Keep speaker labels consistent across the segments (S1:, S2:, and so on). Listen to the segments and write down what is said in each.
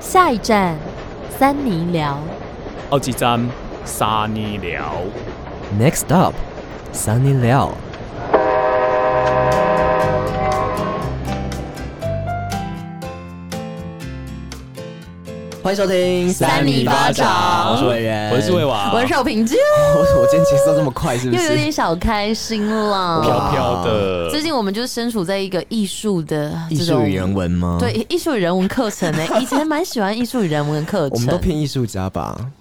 S1: 下一站，三尼寮。
S2: 奥基站哦沙尼寮。
S3: Next up, Sunny Liao。欢迎收听
S1: 三米巴掌
S3: 我是伟人，
S2: 我是魏娃，
S1: 我是少平君，
S3: 我我今天节奏这么快，是不
S1: 又有
S3: 是？
S1: 点小开心了。
S2: 飘飘的。
S1: 最近我们就身处在一个艺术的
S3: 艺
S1: 这
S3: 术
S1: 种
S3: 与人文吗？，
S1: 对艺术与人文课程呢、 以前蛮喜欢艺术与人文课
S3: 我们 都
S1: 程。
S3: 偏艺术家吧？
S1: 嗯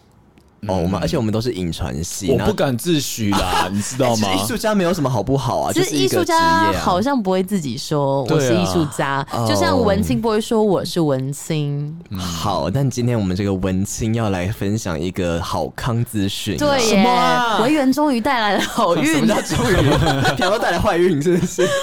S3: 哦，我们而且我们都是影传系，
S2: 我
S3: 然后
S2: 不敢自诩啦，你知道
S3: 哎其
S2: 吗
S3: 实？艺术家没有什么好不好啊，
S1: 其
S3: 就
S1: 实
S3: 是
S1: 艺
S3: 一
S1: 术
S3: 个职业
S1: 家
S3: 啊。
S1: 好像不会自己说我是
S2: 对啊
S1: 艺术家，
S3: 哦
S1: 就像文青不会说我是文青，
S3: 好，但今天我们这个文青要来分享一个好康资讯啊。
S1: 对
S2: 什
S1: 耶
S2: 么啊，
S1: 维园终于带来了 好
S3: 什
S1: 运
S3: 么，叫终于？想要带来坏运是不是？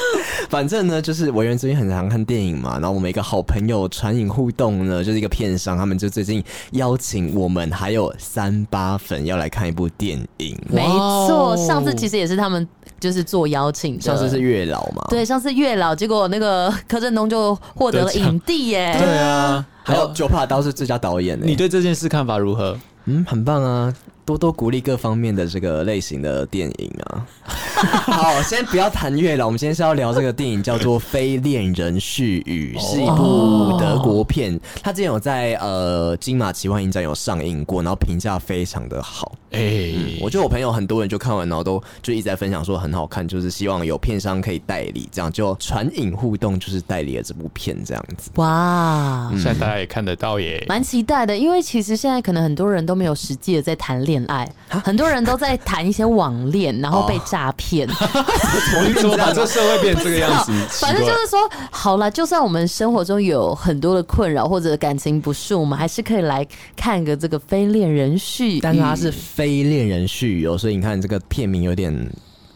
S3: 反正呢，就是我原最近很常看电影嘛，然后我们一个好朋友传影互动呢，就是一个片商，他们就最近邀请我们还有三八粉要来看一部电影，
S1: 没错，
S2: 哇哦
S1: 上次其实也是他们就是做邀请的，
S3: 上次是月老嘛，，
S1: 对，上次月老，结果那个 柯震东就获得了
S2: 得奖
S1: 影帝耶。
S2: 对啊，
S3: 还有九把刀是最佳导演呢、
S2: 你对这件事看法如何？
S3: 嗯，很棒啊，多多鼓励各方面的这个类型的电影啊。 好，先不要谈月了，我们今天是要聊这个电影叫做《非恋人絮语》，是一部德国片，它之前有在呃金马奇幻影展有上映过，然后评价非常的好。
S2: 哎，
S3: 我觉得我朋友很多人就看完，然后都就一直在分享说很好看，就是希望有片商可以代理，这样就传影互动就是代理了这部片这样子。
S1: 哇，
S2: 现在大家也看得到耶。
S1: 蛮期待的，因为其实现在可能很多人都没有实际的在谈恋爱，很多人都在谈一些网恋，然
S3: 哦
S1: 后被诈 骗。
S2: 你怎么把这社会变成这个样子？
S1: 反正就是说，好了，就算我们生活中有很多的困扰或者感情不顺，我们还是可以来看个这个《非恋人嗯絮语》。
S3: 但是它是非恋人絮语哦，所以你看这个片名有点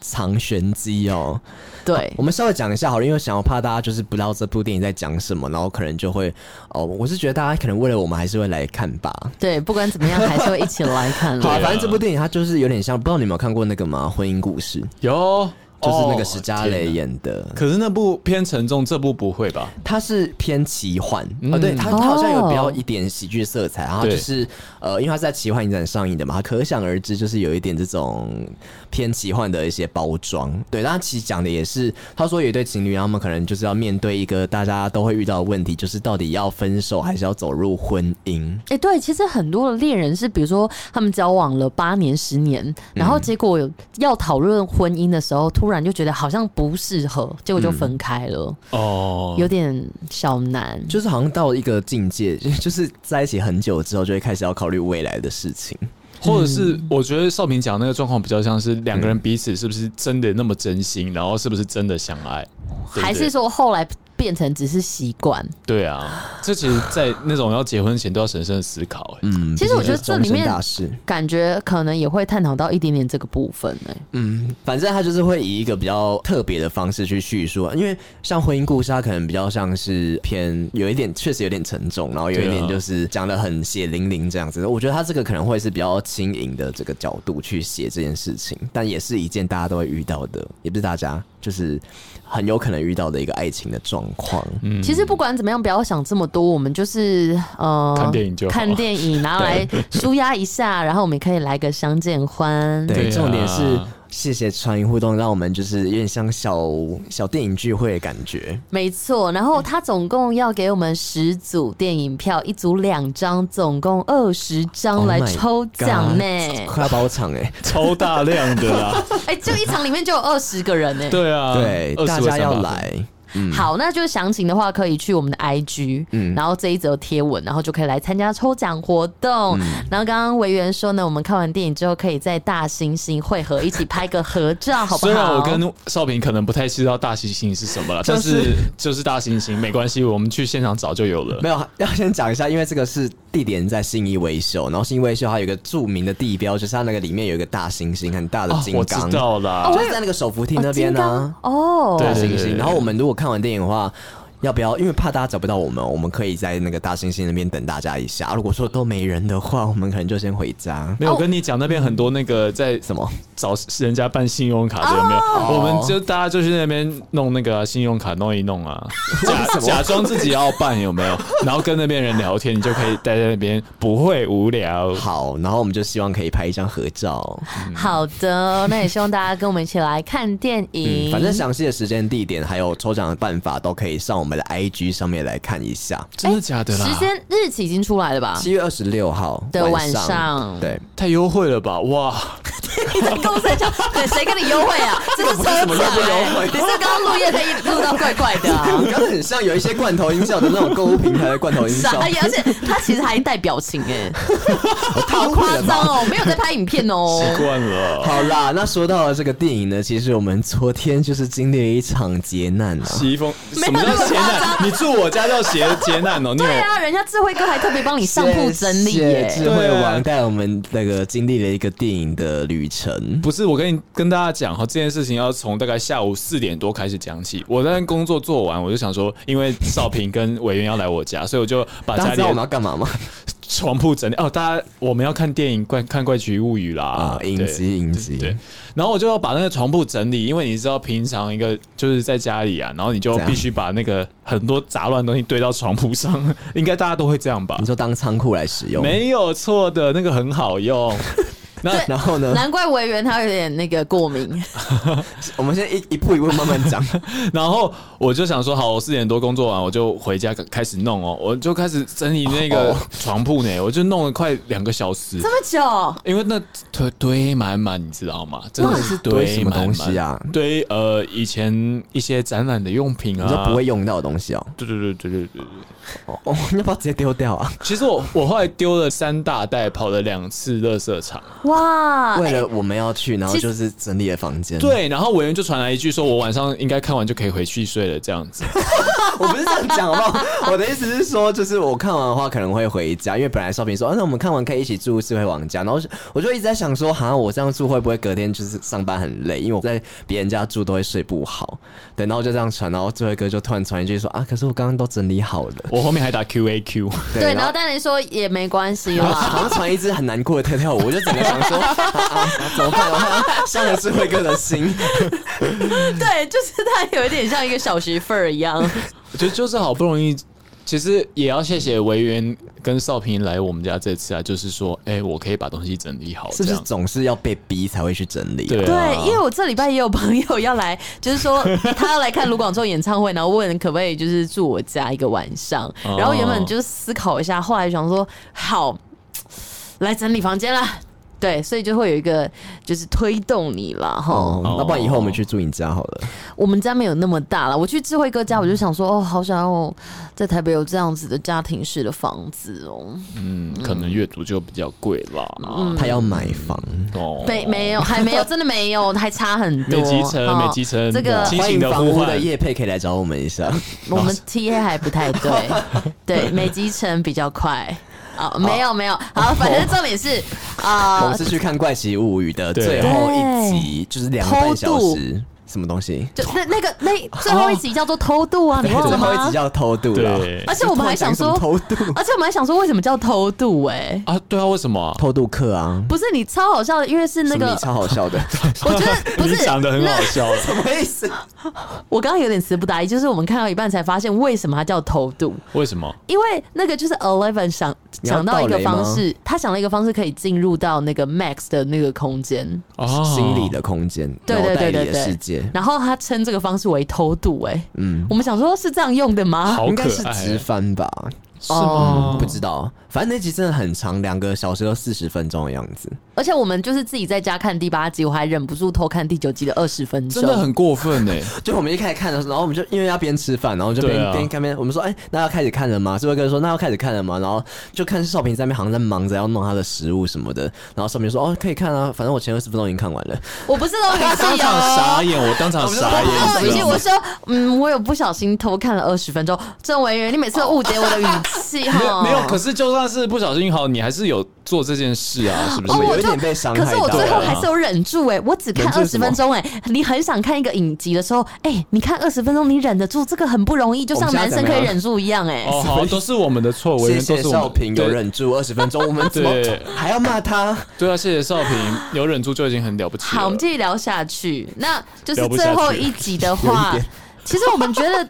S3: 藏玄机哦。
S1: 对
S3: 我，们稍微讲一下好了，因为想要怕大家就是不知道这部电影在讲什么，然后可能就会哦，我是觉得大家可能为了我们还是会来看吧。
S1: 对，不管怎么样，还是会一起来看
S3: 好、
S1: 啦。
S3: 啊，反正这部电影它就是有点像，不知道你有没有看过那个吗？《婚姻故事》
S2: 有，
S3: 就是那个
S2: 哦
S3: 史嘉
S2: 天
S3: 蕾。
S2: 哪
S3: 演的，
S2: 可是那部偏沉重，这部不会吧？
S3: 它是偏奇幻、
S2: 嗯
S3: 哦，对，它
S1: 哦
S3: 它好像有比较一点喜剧色彩，然后
S2: 对
S3: 就是呃，因为它是在奇幻影展上映的嘛，它可想而知就是有一点这种偏奇幻的一些包装。对，但它其实讲的也是，他说有一对情侣，然后他们可能就是要面对一个大家都会遇到的问题，就是到底要分手还是要走入婚姻。
S1: 哎、对，其实很多的恋人是，比如说他们交往了八年、十年，然
S2: 嗯
S1: 后结果有要讨论婚姻的时候，突然就觉得好像不适合，结果就分开了，
S2: 嗯哦，
S1: 有点小难。
S3: 就是好像到一个境界， 就是在一起很久之后，就会开始要考虑未来的事情。
S2: 或者是我觉得少平讲那个状况比较像是两个人彼此是不是真的那么真心，然后是不是真的相爱，对不对
S1: 还是说后来变成只是习惯？
S2: 对啊？这其实，在那种要结婚前都要审慎思考、欸。
S3: 嗯，
S1: 其实我觉得这里面
S3: 终身大事，
S1: 感觉可能也会探讨到一点点这个部分、欸。
S3: 嗯，反正他就是会以一个比较特别的方式去叙述，因为像婚姻故事，它啊可能比较像是偏有一点确实有点沉重，然后有一
S2: 对
S3: 点
S2: 啊
S3: 就是讲的很血淋淋这样子。我觉得他这个可能会是比较轻盈的这个角度去写这件事情，但也是一件大家都会遇到的，也不是大家，就是很有可能遇到的一个爱情的状况。
S2: 嗯
S1: 其实不管怎么样，不要想这么多，我们就是呃
S2: 看电影就好
S1: 看电 影，然后来舒压一下，然后我们也可以来个相见欢。
S3: 对，
S2: 对啊
S3: 重点是谢谢川音互动，让我们就是有点像小小电影聚会的感觉。
S1: 没错，然后
S3: 嗯
S1: 他总共要给我们十组电影票，一组两张，总共二十张
S3: Oh
S1: 哦来
S3: my
S1: 抽奖呢。
S3: God，快要包场哎、
S2: 超大量的啦，
S1: 哎，这一场里面就有二十个人呢。嗯
S2: 对啊，
S3: 对，
S2: 20
S3: 大家要
S2: 位三把
S3: 来。
S1: 好，那就是详情的话，可以去我们的 IG，然
S3: 嗯
S1: 后这一则贴文，然后就可以来参加抽奖活动。
S3: 嗯
S1: 然后刚刚维园说呢，我们看完电影之后，可以在大猩猩汇合一起拍个合 照，好不好？哦
S2: 虽然我跟少平可能不太知道大猩猩是什么了，但是就是大猩猩没关系，我们去现场找就有了。
S3: 没有， 要先讲一下，因为这个是地点在信义维修，然后信义维修它有一个著名的地标，就是它那个里面有一个大猩猩，很大的
S2: 啊
S3: 金
S2: 我知
S3: 刚，哦
S2: 道啦
S3: 就是在那个手扶梯那边呢、啊
S1: 哦，
S2: 对
S3: 大猩
S2: 对对
S3: 猩。
S2: 对
S3: 然后我们如果看完电影的话。要不要？因为怕大家找不到我们，我们可以在那个大猩猩那边等大家一下。如果说都没人的话，我们可能就先回家。
S2: 没有我跟你讲，那边很多那个在
S3: 什么？
S2: 找人家办信用卡
S3: 哦
S2: 的有没有？我们就大家就去那边弄那个啊信用卡弄一弄啊，假假装自己要办有没有？然后跟那边人聊天，你就可以待在那边不会无聊。
S3: 好，然后我们就希望可以拍一张合照。
S1: 好的，那也希望大家跟我们一起来看电影。
S3: 嗯反正详细的时间、地点还有抽奖的办法，都可以上我们的 IG 上面来看一下。
S2: 真的假的啦？
S1: 时间日期已经出来了 吧？
S3: 七月二十六号
S1: 啊的晚
S3: 上，
S1: 上
S3: 对，
S2: 太优惠了吧？哇，
S1: 你在跟我在讲，对谁跟你优惠啊？这是抽奖、欸，你是刚刚录夜可以录到怪怪的啊。
S3: 刚刚很像有一些罐头音效的那种购物平台的罐头 音效
S1: 傻，眼，哎而且他其实还带表情 哎、
S3: 太
S1: 好夸张哦，没有在拍影片哦。
S2: 习惯了，
S3: 好啦，那说到了这个电影呢，其实我们昨天就是经历了一场劫难啊。
S2: 洗衣风
S1: 没
S2: 什么叫劫难？你住我家叫劫劫难哦？你有
S1: 对啊，人家智慧哥还特别帮你上铺整理耶、
S3: 谢谢智慧王带我们那个经历了一个电影的旅程。
S2: 不是，我跟你跟大家讲哈，这件事情要从大概下午四点多开始讲起。我那天工作做完，我就想说，因为少平跟委员要来我家，所以我就把
S3: 大家
S2: 啊家
S3: 知
S2: 里
S3: 道我们
S2: 的
S3: 要干嘛吗？
S2: 床铺整理。哦，大家我们要看电影《怪看怪奇物语》啦，
S3: 啊，
S2: 对
S3: 影集影集，
S2: 对，然后我就要把那个床铺整理，因为你知道平常一个就是在家里啊，然后你就
S3: 这样
S2: 必须把那个很多杂乱的东西堆到床铺上， 应该大家都会这样吧
S3: 你？就当仓库来使用。
S2: 没有错的，那个很好 用。那
S3: 然后呢，
S1: 难怪委员他有点那个过敏，
S3: 我们先一一步一步慢慢 讲。
S2: 然后我就想说，好，我四点多工作完，我就回家开始弄哦，我就开始整理那个
S3: 哦
S2: 床铺呢，我就弄了快两个小 时，
S1: 这么久，
S2: 因为那堆堆满满，你知道吗？真的是
S3: 堆什么
S2: 满满
S3: 东西啊？
S2: 堆呃，以前一些展览的用品啊，
S3: 你说不会用到的东西哦，
S2: 对？对对对对对对。
S1: 啊
S3: 哦，哦要不要直接丢掉啊？
S2: 其实我我后来丢了三大袋，跑了两次垃圾场。
S1: 哇！
S3: 为了我们要去，然后
S1: 其实
S3: 就是整理了房间。，
S2: 对，然后委员就传来一句说，我晚上应该看完就可以回去睡了，这样 子。
S3: 我不是这样讲好不 好？我的意思是说，就是我看完的话可能会回家，因为本来少平说，啊，那我们看完可以一起住智慧网家，然后我就一直在想说，哈，我这样住会不会隔天就是上班很累？因为我在别人家住都会睡不好。对，然后就这样传，然后智慧哥就突然传一句说，啊，可是我刚刚都整理好了。
S2: 我后面还打 Q A Q，
S1: 对，然
S3: 然
S1: 后
S3: 后。
S1: 当然说也没关系
S3: 然后
S1: 啦。
S3: 好像传一支很难过的跳跳舞，我就整个想说，啊啊啊怎么办？ 啊伤了智慧哥的心。
S1: 对，就是他有一点像一个小媳妇儿一样。
S2: 我觉得就是好不容易，其实也要谢谢维园跟少平来我们家这次啊，就是说，哎、我可以把东西整理好，
S3: 是不
S2: 这
S3: 是
S2: 样
S3: 总是要被逼才会去整理、啊？
S2: 对
S1: 对，因为我这礼拜也有朋友要来，就是 说他要来看卢广仲演唱会，然后问可不可以就是住我家一个晚上。
S2: 哦
S1: 然后原本就是思考一下，后来想说好，来整理房间啦。对，所以就会有一个就是推动你啦。哈。
S3: 哦，
S2: 哦
S3: 那不然以后我们去住你家好了。
S1: 我们家没有那么大了，我去智慧哥
S2: 嗯
S1: 家，我就想说哦，好想要在台北有这样子的家庭式的房子哦。
S2: 嗯，可能阅读就比较贵啦。
S3: 他要买房，
S2: 哦，
S1: 没没有，还没有，真的没有，还差很多。
S2: 没集成，
S1: 哈
S2: 没集成，
S1: 这个
S2: 清
S3: 欢
S2: 醒
S3: 迎
S2: 的
S3: 房
S2: 呼
S3: 屋
S2: 唤
S3: 的。叶配可以来找我们一下。
S1: 我们 TA 还不太 对，对，美集成比较快。
S3: 啊
S1: 哦，没有没有，好，反正重点是
S3: 我
S1: 啊
S3: 们，是去看《怪奇物语》的
S2: 对
S3: 最后一集，就是两个半小
S1: 偷
S3: 时，什么东西？
S1: 就那那个那最后一集叫做偷渡啊，你
S3: 对
S1: 忘了
S3: 哦最后一
S1: 吗
S3: 集？叫偷渡了。
S2: 对
S1: 而且我们还想说
S3: 这突然讲什么偷渡，
S1: 而且我们还想说，为什么叫偷渡？哎，
S2: 啊，对啊，为什么啊、
S3: 偷渡客啊，
S1: 不是你超好笑的，因为是那
S3: 什么
S1: 个
S3: 你，超好笑的，
S1: 我觉得不
S2: 你
S1: 是
S2: 讲的很好笑，
S3: 什么意思？
S1: 我刚刚有点词不达意，就是我们看到一半才发现为什么它叫偷渡，
S2: 为什么？
S1: 因为那个就是 Eleven 想
S3: 你要
S1: 想到一个
S3: 倒雷吗
S1: 方式，他想了一个方式可以进入到那个 Max 的那个空间。
S2: 哦
S3: 心理的空间，
S1: 对对对
S3: 脑
S1: 对
S3: 袋里
S1: 对，
S3: 的世界，
S1: 然后他称这个方式为偷渡、哎，嗯，我们想说是这样用的吗？
S2: 啊好
S3: 应该
S2: 可啊
S3: 是哦
S2: 爱
S3: 直翻吧？
S2: 是吗？
S3: 不知道，反正那集真的很长，两个小时都四十分钟的样子。
S1: 而且我们就是自己在家看第八集，我还忍不住偷看第九集的二十分钟，
S2: 真的很过分呢、欸
S3: 就我们一开始看的时候，然后我们就因为要边吃饭，然后就边
S2: 对啊
S3: 边看边，我们说，哎、那要开始看了吗？智慧哥说，那要开始看了吗？然后就看少平在那边好像在忙着要弄他的食物什么的，然后少平说，哦，可以看啊，反正我前二十分钟已经看完了。
S1: 我不是那种
S2: 我当
S1: 戏
S2: 场
S1: 哦。
S2: 傻眼，我当场傻眼，
S1: 哦，
S2: 你
S1: 以
S2: 知
S1: 及
S2: 道吗
S1: 我说，嗯， 我有不小心偷看了二十分钟。郑委员，你每次都误解我的语气哈。
S2: 没有，可是就算怕是不小心好，你还是有做这件事啊，是不
S1: 哦
S2: 是？
S1: 我
S3: 有一
S1: 就
S3: 点被伤害
S1: 可
S3: 到啊
S1: 是我最后还是有忍住哎、我只看
S3: 忍
S1: 二
S3: 住
S1: 十
S3: 什么
S1: 分钟哎、你很想看一个影集的时候，哎、你看二十分钟你忍得住，这个很不容易，就像
S3: 我们
S1: 男
S3: 现在啊
S1: 生
S3: 怎么
S1: 可
S3: 样
S1: 以忍住一样哎、
S2: 哦，好 像都是我们的错，我
S3: 谢
S2: 们都
S3: 谢
S2: 是我
S3: 少
S2: 们
S3: 平有
S2: 对
S3: 忍住二十分钟，我们怎么
S2: 对
S3: 还要骂他？
S2: 对啊，谢谢少平有忍住就已经很了不起了。
S1: 好，我们继续聊下去。那就是
S2: 聊不下
S1: 最
S2: 去
S1: 后一集的话
S3: 有一点，
S1: 其实我们觉 得，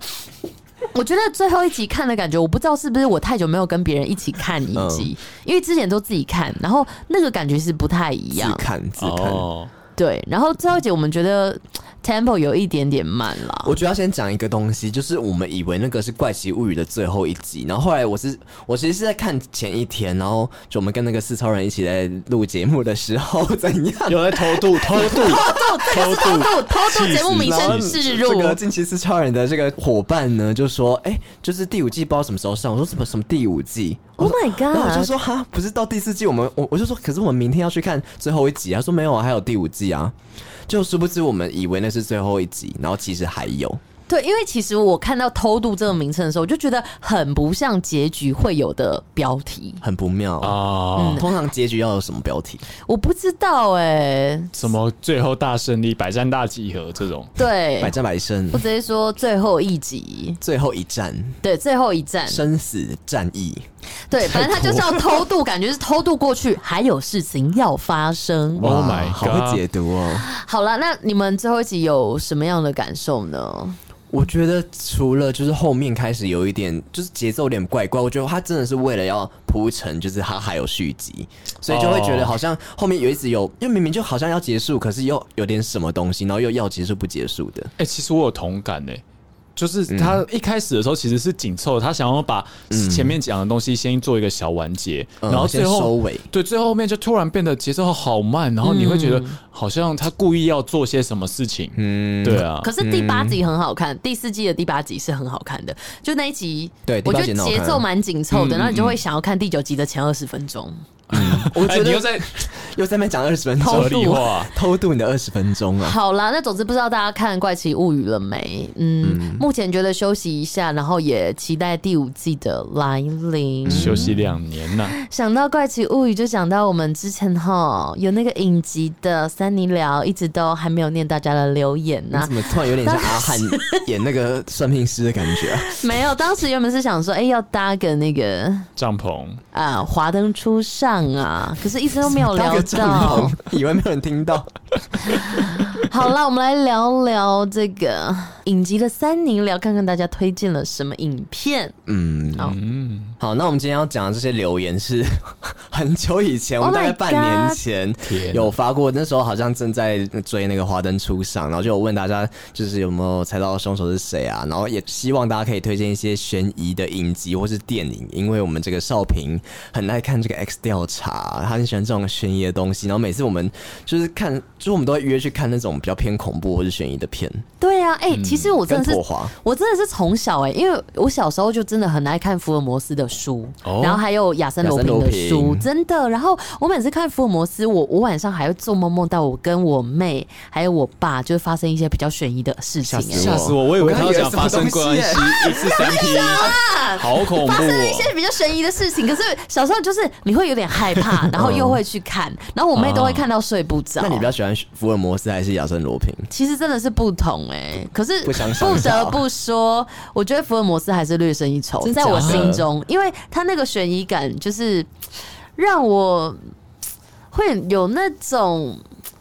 S1: 我觉得最后一集看的感觉，我不知道是不是我太久没有跟别人一起看影集，
S3: 嗯
S1: 因为之前都自己看，然后那个感觉是不太一
S3: 自
S1: 样。
S3: 看自看。
S2: 哦，
S1: 对，然后最后一集我们觉得 tempo 有一点点慢了。
S3: 我觉得要先讲一个东西，就是我们以为那个是《怪奇物语》的最后一集，然后后来我是我其实是在看前一天，然后就我们跟那个四超人一起在录节目的时候 怎样，
S2: 有在偷 渡，偷渡，
S1: 偷
S2: 偷渡，
S1: 渡偷渡节目名
S3: 然后
S1: 声置
S3: 这
S1: 入，
S3: 个近期四超人的这个伙伴呢就说，哎、就是第五季不知道什么时候上，我说什么什么第五季
S1: Oh my
S3: 然后我就
S1: god！
S3: 说哈，不是到第四季，我们我我就说，可是我们明天要去看最后一集啊。他说没有啊，还有第五季啊。就殊不知我们以为那是最后一集，然后其实还有。
S1: 对，因为其实我看到“偷渡”这个名称的时候，我就觉得很不像结局会有的标题。
S3: 很不妙啊。
S2: 啊！
S3: 通常结局要有什么标题？
S1: 我不知道哎、
S2: 什么最后大胜利、百战大集合这种，
S1: 对
S3: 百，战百胜
S1: 我，直接说最后一集，
S3: 最后一战，
S1: 对，最后一站，
S3: 生死战役。
S1: 对，反正他就是要偷渡，感觉是偷渡过去，还有事情要发生。
S2: Oh
S3: 哇
S2: my
S3: 好会
S2: god
S3: 解读哦。
S1: 好了，那你们最后一集有什么样的感受呢？
S3: 我觉得除了就是后面开始有一点，就是节奏有点怪怪。我觉得他真的是为了要铺陈，就是他还有续集，所以就会觉得
S2: 哦
S3: 好像后面有一直有，因为明明就好像要结束，可是又有点什么东西，然后又要结束不结束的。
S2: 哎、其实我有同感呢、就是他一开始的时候其实是紧凑，他想要把前面讲的东西先做一个小完结，
S3: 嗯
S2: 然后最后
S3: 先收尾
S2: 对，最后面就突然变得节奏好慢，然后你会觉得
S1: 嗯
S2: 好像他故意要做些什么事情，嗯，对啊
S1: 可，是第八集很好
S3: 嗯
S1: 看，第四季的第八集是很好看的，就那一集，
S3: 对
S1: 我
S3: 第八
S1: 觉
S3: 集
S1: 得
S3: 很好看嗯
S1: 节奏蛮紧凑的，然后你就会想要看第九集的前二十分钟。
S3: 我
S2: 哎、
S3: 觉
S2: 你又
S3: 得
S2: 在
S3: 又在那边讲二十分
S1: 偷
S2: 合
S3: 钟，
S1: 渡
S2: 理化，
S3: 偷渡你的二十分钟啊！
S1: 好啦，那总之不知道大家看《怪奇物语》了没？嗯，目前觉得休息一下，然后也期待第五季的来临。
S2: 休息两年呐、
S1: 想到《怪奇物语》，就想到我们之前哈有那个影集的三尼聊，一直都还没有念大家的留言
S3: 你
S1: 呐、
S3: 怎么突然有点像阿汉演那个算命师的感觉、啊？
S1: 没有，当时原本是想说，哎、要搭个那个
S2: 帐篷
S1: 啊华灯初上啊，可是一直都没有
S3: 搭
S1: 聊
S3: 个帐
S1: 到
S3: 篷。，以为没有人听到。
S1: 好了，我们来聊聊这个影集的三尼聊，看看大家推荐了什么影片。
S3: 嗯，
S1: 好
S3: 好，那我们今天要讲的这些留言是 很久以前，我
S1: Oh
S3: 们大概
S1: my
S3: 半年前
S2: 天
S3: 有发过，那时候好像正在追那个《华灯初上》，然后就有问大家就是有没有猜到凶手是谁啊？然后也希望大家可以推荐一些悬疑的影集或是电影，因为我们这个少平很爱看这个 X 调查，他很喜欢这种悬疑的东西，然后每次我们就是看，就是我们都会约去看那种比较偏恐怖或是悬疑的片，
S1: 对啊，哎、其实我真
S3: 嗯跟
S1: 的是
S3: 火华。
S1: 我真的是从小哎、因为我小时候就真的很爱看福尔摩斯的书，
S2: 哦
S1: 然后还有亚森罗平的
S3: 亚森罗
S1: 书，
S3: 平
S1: 真的。然后我每次看福尔摩斯，我我晚上还会做梦，梦到我跟我妹还有我爸，就是发生一些比较悬疑的事情、
S3: 吓
S1: 哎
S3: 死
S2: 吓死我！我以为他要讲发生关系，一次三 P，好恐怖
S1: 发生了一些
S2: 哦！
S1: 比较悬疑的事情，可是小时候就是你会有点害怕，然后又会去看，然后我妹都会看到睡不着。
S3: 哦那你比较喜欢福尔摩斯还是亚森罗平？
S1: 其实真的是不同哎、可是
S3: 不相上
S1: 不
S3: 下
S1: 得不说，我觉得福尔摩斯还是略胜一筹，
S3: 真
S1: 在我
S3: 假的
S1: 心中，因为他那个悬疑感就是让我会有那种。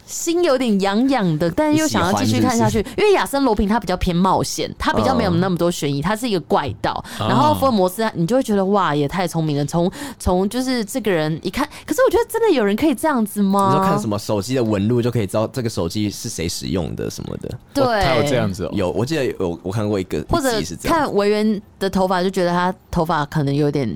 S1: 心有点痒痒的，但是又想要继续看下去，因为亚森罗平他比较偏冒险，他比较没有那么多悬疑，他是一个怪盗。
S2: 哦
S1: 然后福尔摩斯，你就会觉得哇，也太聪明了，从从就是这个人一看，可是我觉得真的有人可以这样子吗？
S3: 你说看什么手机的纹路就可以知道这个手机是谁使用的什么的。
S1: 对，
S2: 他有这样子哦，
S3: 有，我记得有我看过一个，
S1: 或者
S3: 一集是这样
S1: 看维园的头发，就觉得他头发可能有点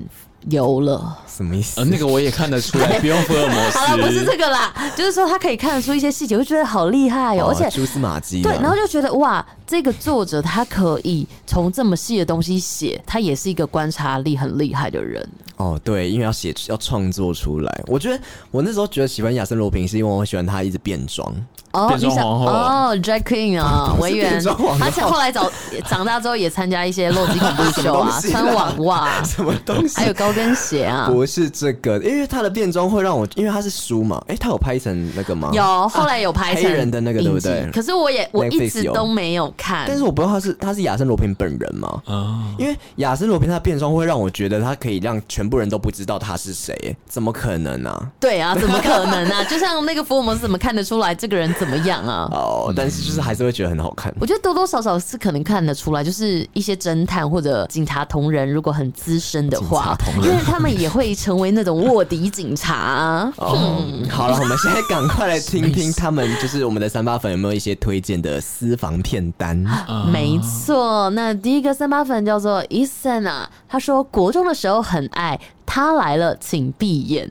S1: 油了。
S3: 什么意思？
S2: 呃，那个我也看得出来，不用福尔摩斯。
S1: 好了，不是这个啦，就是说他可以看得出一些细节，我就觉得好厉害哦、
S3: 哦
S1: 而且
S3: 蛛丝马迹啊，
S1: 对，然后就觉得哇，这个作者他可以从这么细的东西写，他也是一个观察力很厉害的人。
S3: 哦，对，因为要写要创作出来。我觉得我那时候觉得喜欢亚森罗平，是因为我喜欢他一直变 装。
S1: 哦，
S2: 变
S1: 你
S2: 装
S1: 想
S2: 皇后
S1: 哦，drag queen 啊，
S3: 不是
S1: 维园
S3: 变装皇，后
S1: 而且后来长长大之后也参加一些洛基恐怖秀啊，
S3: 什么东西啊
S1: 穿网袜，
S3: 什么东西
S1: 还有高跟鞋啊。
S3: 不是这个，因为他的变装会让我，因为他是书嘛，哎、他有拍成那个吗？。
S1: 有，后来有拍成
S3: 啊黑人的那个对不对
S1: 影集可是我也我一
S3: Netflix
S1: 直
S3: 有
S1: 都没有看，
S3: 但是我不知道他是他是亚森罗平本人吗？
S2: 啊，
S3: 因为亚森罗平他的变装会让我觉得他可以让全部人都不知道他是谁，怎么可能啊？
S1: 对 啊，怎么可能啊？就像那个福尔摩斯怎么看得出来这个人怎么样啊？
S3: 哦，但是就是还是会觉得很好看。
S1: 我觉得多多少少是可能看得出来，就是一些侦探或者警察同仁，如果很资深的话，因为他们也会成为那种卧底警察啊。
S3: 哦，好了，我们现在赶快来听听他们，就是我们的三八粉有没有一些推荐的私房片单？
S2: 啊
S1: 没错，那第一个三八粉叫做 Eason 啊，他说国中的时候很爱《他来了，请闭眼》，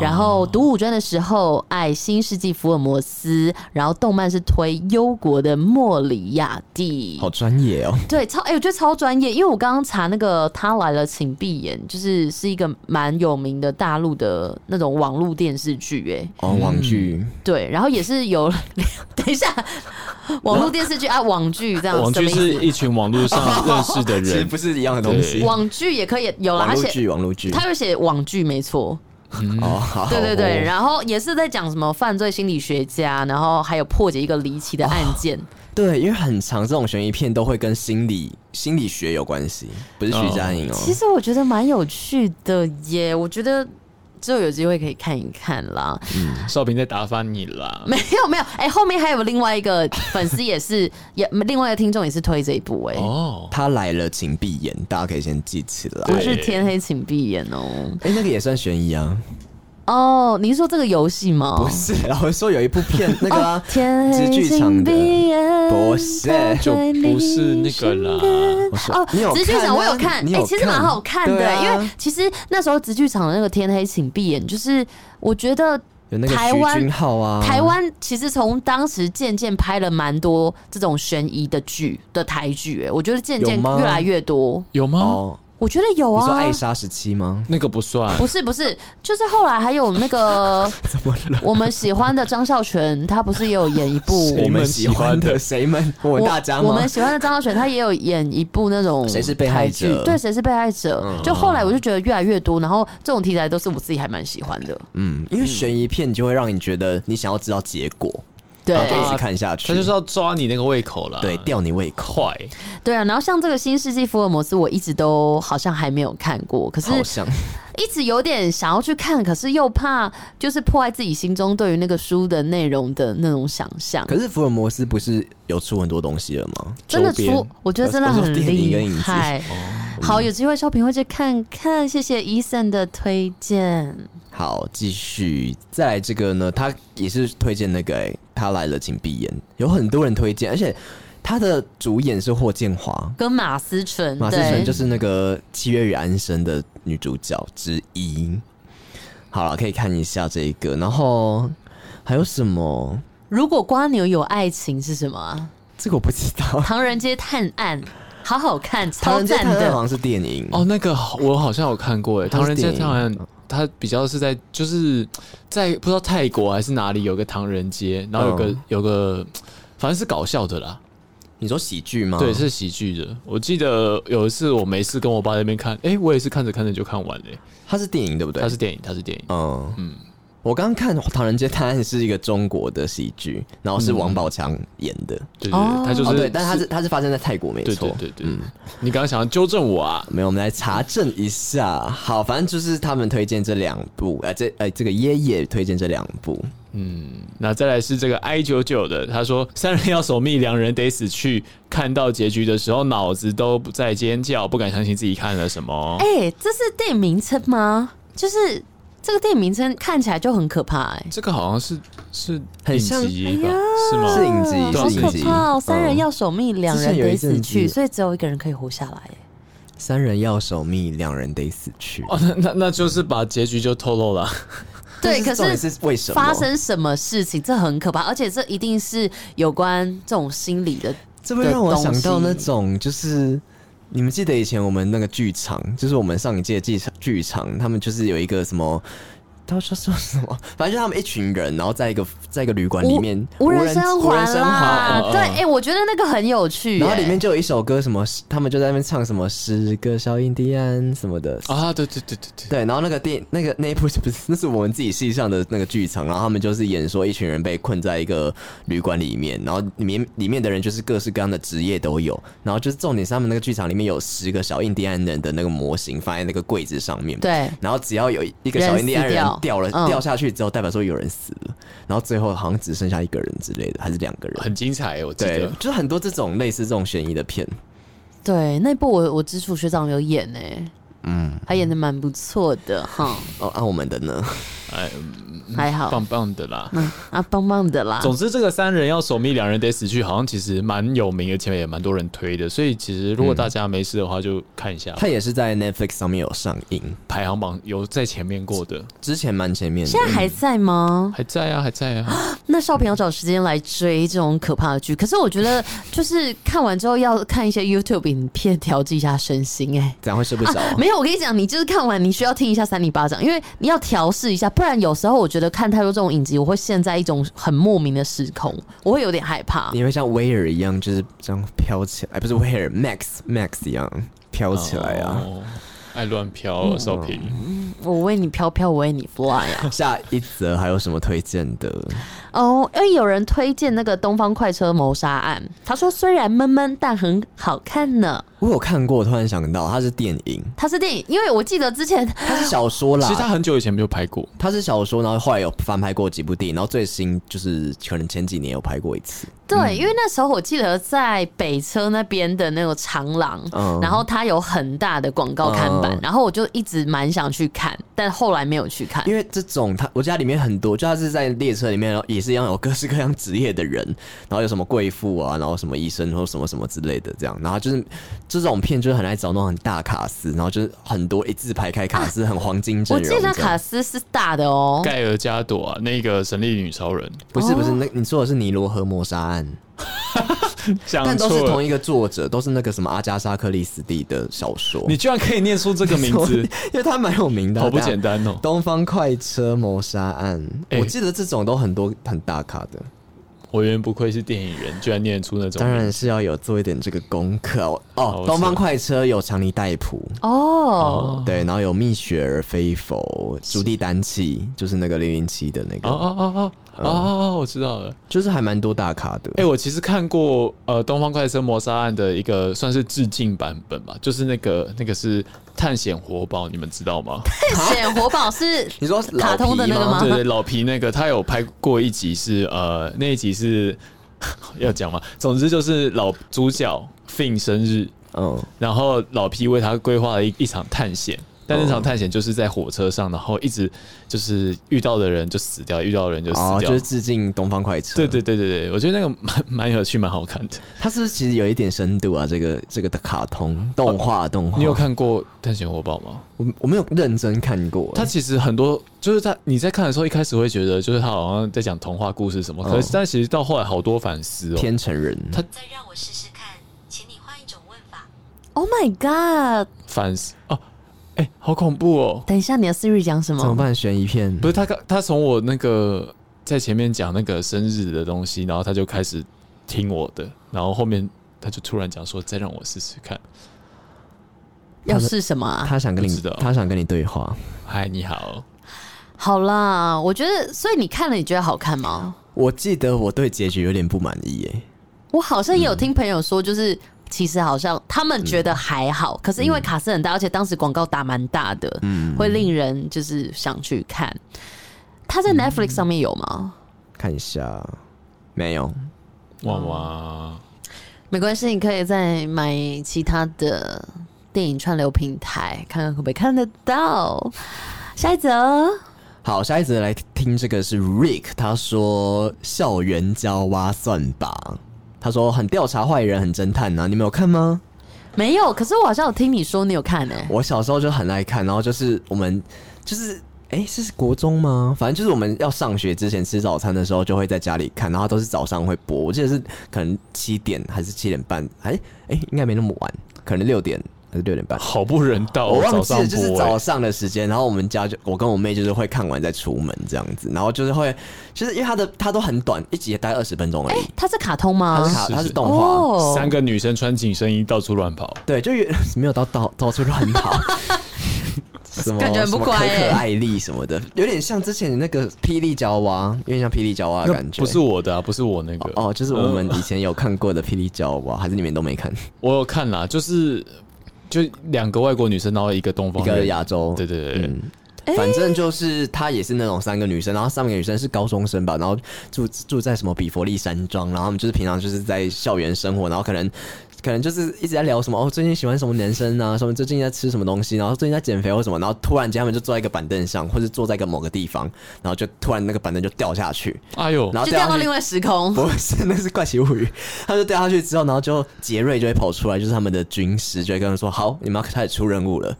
S1: 然
S2: 啊
S1: 后读五专的时候爱《新世纪福尔摩斯》，然后动漫是推忧国的莫里亚蒂，
S3: 好专业哦，
S1: 对，超哎、我觉得超专业，因为我刚刚查那个《他来了，请闭眼》，就是是一个蛮有名的大陆的那种网络电视剧，哎，
S3: 哦，网剧
S1: 对，然后也是有， 等一下，网络电视剧啊，网剧这样，
S2: 网
S1: 什么
S2: 剧
S1: 意思
S2: 是一群网络 上认识的
S3: 其实
S2: 人
S3: 不是一样的东西，
S1: 网剧也可以有啦，
S3: 网
S1: 他
S3: 络
S1: 写
S3: 剧，网络剧，
S1: 他有写网剧没错，
S3: 哦，好，
S1: 对对对，
S3: 哦
S1: 然后也是在讲什么犯罪心理学家，然后还有破解一个离奇的案件，
S3: 哦对，因为很长这种悬疑片都会跟心理心理学有关系，不是徐佳莹哦。
S1: 其实我觉得蛮有趣的耶，我觉得之后有机会可以看一看啦。
S3: 嗯
S2: 少平在打发你啦。
S1: 没有没有，哎、后面还有另外一个粉丝也是， 也另外一个听众也是推这一部、哎、
S2: 哦，
S3: 他来了，请闭眼，大家可以先记起来。
S1: 不
S2: 对
S1: 是天黑请闭眼哦。
S3: 哎、那个也算悬疑啊？
S1: 哦，您说这个游戏吗？
S3: 不是，然后说有一部片，那个、
S1: 哦
S3: 啊
S1: 天
S3: 直
S1: 黑
S3: 剧
S1: 请
S3: 场的
S1: 闭眼，
S3: 不是
S2: 就不是那个啦
S1: 哦
S3: 你有，
S1: 直剧
S3: 看
S1: 场我
S3: 吗
S1: 有看，
S3: 你
S1: 哎、
S3: 有
S1: 其实蛮
S3: 看
S1: 好看的、
S3: 对啊
S1: 因为其实那时候直剧场的那个《天黑请闭眼》，就是我觉得
S3: 有那个
S1: 台
S3: 徐
S1: 湾
S3: 君浩啊，
S1: 台湾其实从当时渐渐拍了蛮多这种悬疑的剧的台剧，哎，我觉得渐渐
S3: 有吗
S1: 越来越多。
S2: 有吗？
S3: 哦，
S1: 我觉得有
S3: 你说
S1: 啊
S3: 艾，莎时期吗？
S2: 那个不算
S1: 不是不是，就是后来还有那个
S3: 怎么了？
S1: 我们喜欢的张孝全，他不是也有演一部
S2: 谁
S3: 我们喜欢的谁们？我们大家吗？
S1: 我们喜欢的张孝全，他也有演一部那种
S3: 谁是被害
S1: 台剧
S3: 者嗯
S1: 对，谁是被害者？就后来我就觉得越来越多，然后这种题材都是我自己还蛮喜欢的。
S3: 嗯，因为悬疑片就会让你觉觉得你想要知道结果，
S1: 对、
S3: 然后就一直看下去。
S2: 他就是要抓你那个胃口啦。
S3: 对，吊你胃口。
S2: 快，
S1: 对啊，然后像这个《新世纪福尔摩斯》，我一直都好像还没有看过，可是
S3: 好像
S1: 一直有点想要去看，可是又怕就是破坏自己心中对于那个书的内容的那种想象。
S3: 可是福尔摩斯不是有出很多东西了吗？
S1: 真的
S3: 周边呃
S1: 出，我觉得真的很
S3: 电影跟
S1: 厉
S3: 影集哦
S1: 害。好，有机会少平会去看看，谢谢 Eason 的推荐。
S3: 好，继续再来这个呢，他也是推荐那个、欸，他来了，请闭眼，有很多人推荐，而且他的主演是霍建华，
S1: 跟马思纯，
S3: 马思纯
S1: 对
S3: 就是那个《七月与安生》的女主角之一。好了，可以看一下这个，然后还有什么？
S1: 如果瓜牛有爱情是什么啊？
S3: 这个我不知道。
S1: 唐人街探案，好好看，
S3: 唐
S1: 超
S3: 人街
S1: 赞
S3: 探案好
S1: 的。
S3: 像是电影
S2: 哦，那个好我好像有看过诶，《
S3: 它是
S2: 唐人街
S3: 电影
S2: 探案》它比较是在就是在不知道泰国还是哪里有个唐人街，然后有个、
S3: 嗯
S2: 有个反正是搞笑的啦，
S3: 你说喜剧吗？
S2: 对，是喜剧的。我记得有一次我没事跟我爸在那边看，诶，我也是看着看着就看完了、
S3: 它是电影对不对？
S2: 它是电影，它是电影。
S3: 嗯嗯，我刚刚看《唐人街探案》是一个中国的喜剧，然后是王宝强演的。
S2: 对对
S1: 哦
S2: 对，它嗯就是、
S3: 哦，对，但是它是它是发生在泰国，没
S2: 对
S3: 错嗯
S2: 对。对对，你刚刚想要纠正我啊？
S3: 没有，我们来查证一下。好，反正就是他们推荐这两部，呃，这呃，这个爷爷推荐这两部。
S2: 那再来是这个 I 九九的，他说三人要守密，两人得死去。看到结局的时候，脑子都不在尖叫，不敢相信自己看了什么。
S1: 哎、这是电影名称吗？就是这个电影名称看起来就很可怕、哎。
S2: 这个好像是是
S3: 很
S2: 影
S3: 像哎
S2: 集吧？是吗？
S3: 是影集
S1: 啊好
S3: 是影
S1: 可
S3: 集
S1: 怕哦！三人
S3: 嗯
S1: 要守密，两人
S3: 之前有
S1: 得
S3: 一
S1: 死
S3: 阵
S1: 去，
S3: 子
S1: 所以只有一个人可以活下来。哎
S3: 三人要守密，两人得死去。
S2: 哦，那那那就是把结局就透 露了。
S1: 对，可
S3: 但重点
S1: 是
S3: 是为什么
S1: 发？生什么事情，这很可怕，而且这一定是有关这种心理的。
S3: 这会让我想到
S1: 的
S3: 那
S1: 东西
S3: 种就是你们记得以前我们那个剧场，就是我们上一届剧场剧场，他们就是有一个什么。他说说什么？反正就他们一群人，然后在一个在一个旅啊馆里面
S1: 无人生
S3: 无人
S1: 还
S3: 生
S1: 啦
S3: 还，哦
S1: 对，哎、我觉得那个很有趣、
S3: 然后
S1: 哎
S3: 里面就有一首歌，什么他们就在那边唱什么十个小印第安什么的。
S2: 啊，对对对对对，
S3: 对，然后那个电那个那一部是不是那是我们自己系上的那个剧场，然后他们就是演说一群人被困在一个旅馆里面，然后里面里面的人就是各式各样的职业都有，然后就是重点是他们那个剧场里面有十个小印第安人的那个模型放在那个柜子上面，
S1: 对
S3: 然后只要有一个小印第安人
S1: 人死掉
S3: 掉了
S1: 嗯
S3: 掉下去之后，代表说有人死了，然后最后好像只剩下一个人之类的，还是两个人。
S2: 很精彩耶，我记
S3: 对
S2: 得，。
S3: 就是很多这种类似这种悬疑的片，
S1: 对，那部我我知楚学长有演哎、嗯，他演的蛮不错的哈，
S3: 哦，按、我们的呢？
S2: 哎，
S1: 还好
S2: 棒，棒的啦。
S1: 嗯啊，棒棒的啦。
S2: 总之，这个三人要守密，两人得死去，好像其实蛮有名，而且也蛮多人推的。所以其实如果大家没事的话，就看一下
S3: 它也是在 Netflix 上面有上映，
S2: 排行榜有在前面过的，
S3: 之前蛮前面的。
S1: 现在还在吗？
S2: 还在啊，还在啊。
S1: 那少平要找时间来追这种可怕的剧，可是我觉得就是看完之后要看一些 YouTube 影片调剂一下身心、哎，
S3: 怎样会睡不着、啊
S1: 没有，我跟你讲，你就是看完你需要听一下三里巴掌，因为你要调试一下，不然有时候我觉得看太多这种影集，我会陷在一种很莫名的时空，我会有点害怕。
S3: 你会像威尔一样，就是这样飘起来，哎不是威尔 Max Max 一样飘 起来啊！嗯
S2: 哦，爱乱飘啊，少平。
S1: 我为你飘飘，我为你 fly 啊！
S3: 下一则还有什么推荐的？
S1: 哦，因为有人推荐那个《东方快车谋杀案》，他说虽然闷闷，但很好看呢。
S3: 我有看过，突然想到它是电影，
S1: 它是电影，因为我记得之前
S3: 它是小说啦。
S2: 其实他很久以前就拍过，
S3: 它是小说，然后后来有翻拍过几部电影，然后最新就是可能前几年有拍过一次。
S1: 对，因为那时候我记得在北车那边的那个长廊，
S3: 嗯
S1: 然后它有很大的广告看板，
S3: 嗯
S1: 然后我就一直蛮想去看，但后来没有去看。
S3: 因为这种它我家里面很多，就它是在列车里面，然后也是一样有各式各样职业的人， 然后有什么贵妇啊，然后什么医生或什么什么之类的这样，然后就是这种片就是很爱找那种很大卡司，然后就是很多一字排开卡司，很黄金
S1: 啊
S3: 阵
S1: 我
S3: 容
S1: 记
S3: 这
S1: 得
S3: 样。
S1: 那卡斯是大的哦，
S2: 盖尔加朵啊，那个神力女超人，
S3: 不是不是，那你说的是尼罗河谋杀案，但
S2: 讲
S3: 都是
S2: 啊错
S3: 同
S2: 了。
S3: 一个作者，都是那个什么阿加莎·克里斯蒂的小说。
S2: 你居然可以念出这个名字，
S3: 因为他蛮有名的、
S2: 好不
S3: 等一下
S2: 简单哦！
S3: 东方快车谋杀案，
S2: 哎
S3: 我记得这种都很多很大咖的，
S2: 我原不愧是电影人，居然念出那种
S3: 当
S2: 名
S3: 然
S2: 字。
S3: 是要有做一点这个功课哦。哦
S2: 我
S3: 东
S2: 知
S3: 方
S2: 道
S3: 快车有强尼戴普，
S1: 哦，
S3: 对，然后有蜜雪儿·菲佛、朱蒂·丹契，就是那个零零七的那个，
S2: 哦哦哦哦
S3: 嗯
S2: 哦！我知道了。
S3: 就是还蛮多大咖的。
S2: 哎、我其实看过呃《东方快车谋杀案》的一个算是致敬版本吧，就是那个那个是探险活宝，你们知道吗？
S1: 显活宝是
S3: 你说哎老
S1: 卡通的
S3: 皮
S1: 那个
S3: 吗
S2: 对对，老皮那个他有拍过一集是呃那一集是 要讲吗？总之就是老主角 Fin 生日，
S3: 嗯，
S2: 然后老皮为他规划了一一场探险。但
S3: 哦
S2: 那场探险就是在火车上，然后一直就是遇到的人就死掉，遇到的人就死
S3: 哦，
S2: 掉。
S3: 就是致敬东方快车。
S2: 对，对对对对，我觉得那个蛮蛮有趣，蛮好看的。
S3: 它是不是其实有一点深度啊？这个这个的卡通动画动画，
S2: 你有？看过《探险活宝》吗？
S3: 我我没有认真看过。
S2: 它其实很多，就是他你在看的时候，一开始会觉得就是他好像在讲童话故事什么，可是
S3: 哦
S2: 但其实到后来好多反思哦。
S3: 偏成人，
S2: 它
S4: 再让我试试看，请你换一种问法。
S1: ，Oh my God！
S2: 反思哦，哎、好恐怖哦！
S1: 等一下你的 Siri 讲什
S3: 怎么
S1: 么？
S3: 办？悬疑片
S2: 不是他刚他从我那个在前面讲那个生日的东西，然后他就开始听我的，然后后面他就突然讲说再让我试试看。
S1: 要是什么啊？
S3: 他想跟
S2: 不
S3: 你
S2: 知道，
S3: 他想跟你对话。
S2: 嗨，你好，
S1: 好啦，我觉得，所以你看了，你觉得好看吗？
S3: 我记得我对结局有点不满意耶，
S1: 我好像也有听朋友说，就是。其实好像他们觉得还好，可是因为卡斯很大，而且当时广告打蛮大的，会令人就是想去看。他在 Netflix 上面有吗？
S3: 看一下，没有，
S2: 哇
S3: 哦
S2: 哇，
S1: 没关系，你可以再买其他的电影串流平台，看看可不可以看得到。下一则，
S3: 好，下一则来听这个是 Rick，他说校园教挖算吧。他说很调查坏人，很侦探啊，你们有看吗？
S1: 没有，可是我好像有听你说你有看欸诶、
S3: 我小时候就很爱看，然后就是我们就是哎、是国中吗？反正就是我们要上学之前吃早餐的时候，就会在家里看，然后都是早上会播。我记得是可能七点还是七点半，哎、哎、应该没那么晚，可能六点还是六点半，
S2: 好不人道、
S3: 我
S2: 哦，
S3: 忘
S2: 早
S3: 记
S2: 上
S3: 了，就是
S2: 播、
S3: 早
S2: 欸。
S3: 上的时间，然后我们家就我跟我妹就是会看完再出门这样子，然后就是会，就是因为它的它都很短，一集也大概二十分钟而已，
S1: 它是卡通吗
S3: 它？是卡它是动画。
S1: 啊哦
S2: 三个女生穿紧身衣到处乱跑，
S3: 对，就有没有到到到处乱 跑。什么
S1: 感觉很不
S3: 什么
S1: 乖
S3: 可可
S1: 欸
S3: 爱丽什么的，有点像之前那个霹雳娇娃，有点像霹雳娇娃的
S2: 那
S3: 感觉。
S2: 不是我的、啊，不是我那个
S3: 哦，就是我们以前有看过的霹雳娇娃，还是你们都没看？
S2: 我有看啦，就是就两个外国女生，然后一个东
S3: 一
S2: 方人，
S3: 个亚洲，嗯
S2: 对对对对
S1: 哎
S3: 反正就是她也是那种三个女生，然后三个女生是高中生吧，然后住住在什么比佛利山庄，然后她们就是平常就是在校园生活，然后可能。可能就是一直在聊什么哦，最近喜欢什么男生啊，什么最近在吃什么东西，然后最近在减肥或什么，然后突然间他们就坐在一个板凳上，或者坐在一个某个地方，然后就突然那个板凳就掉下去，
S2: 哎呦，
S3: 然后
S1: 就掉到
S3: 下去
S1: 另外时空。
S3: 不是，那是怪奇物语。他就掉下去之后，然后就杰瑞就会跑出来，就是他们的军师就会跟他们说：“好，你们要开始出任务了。”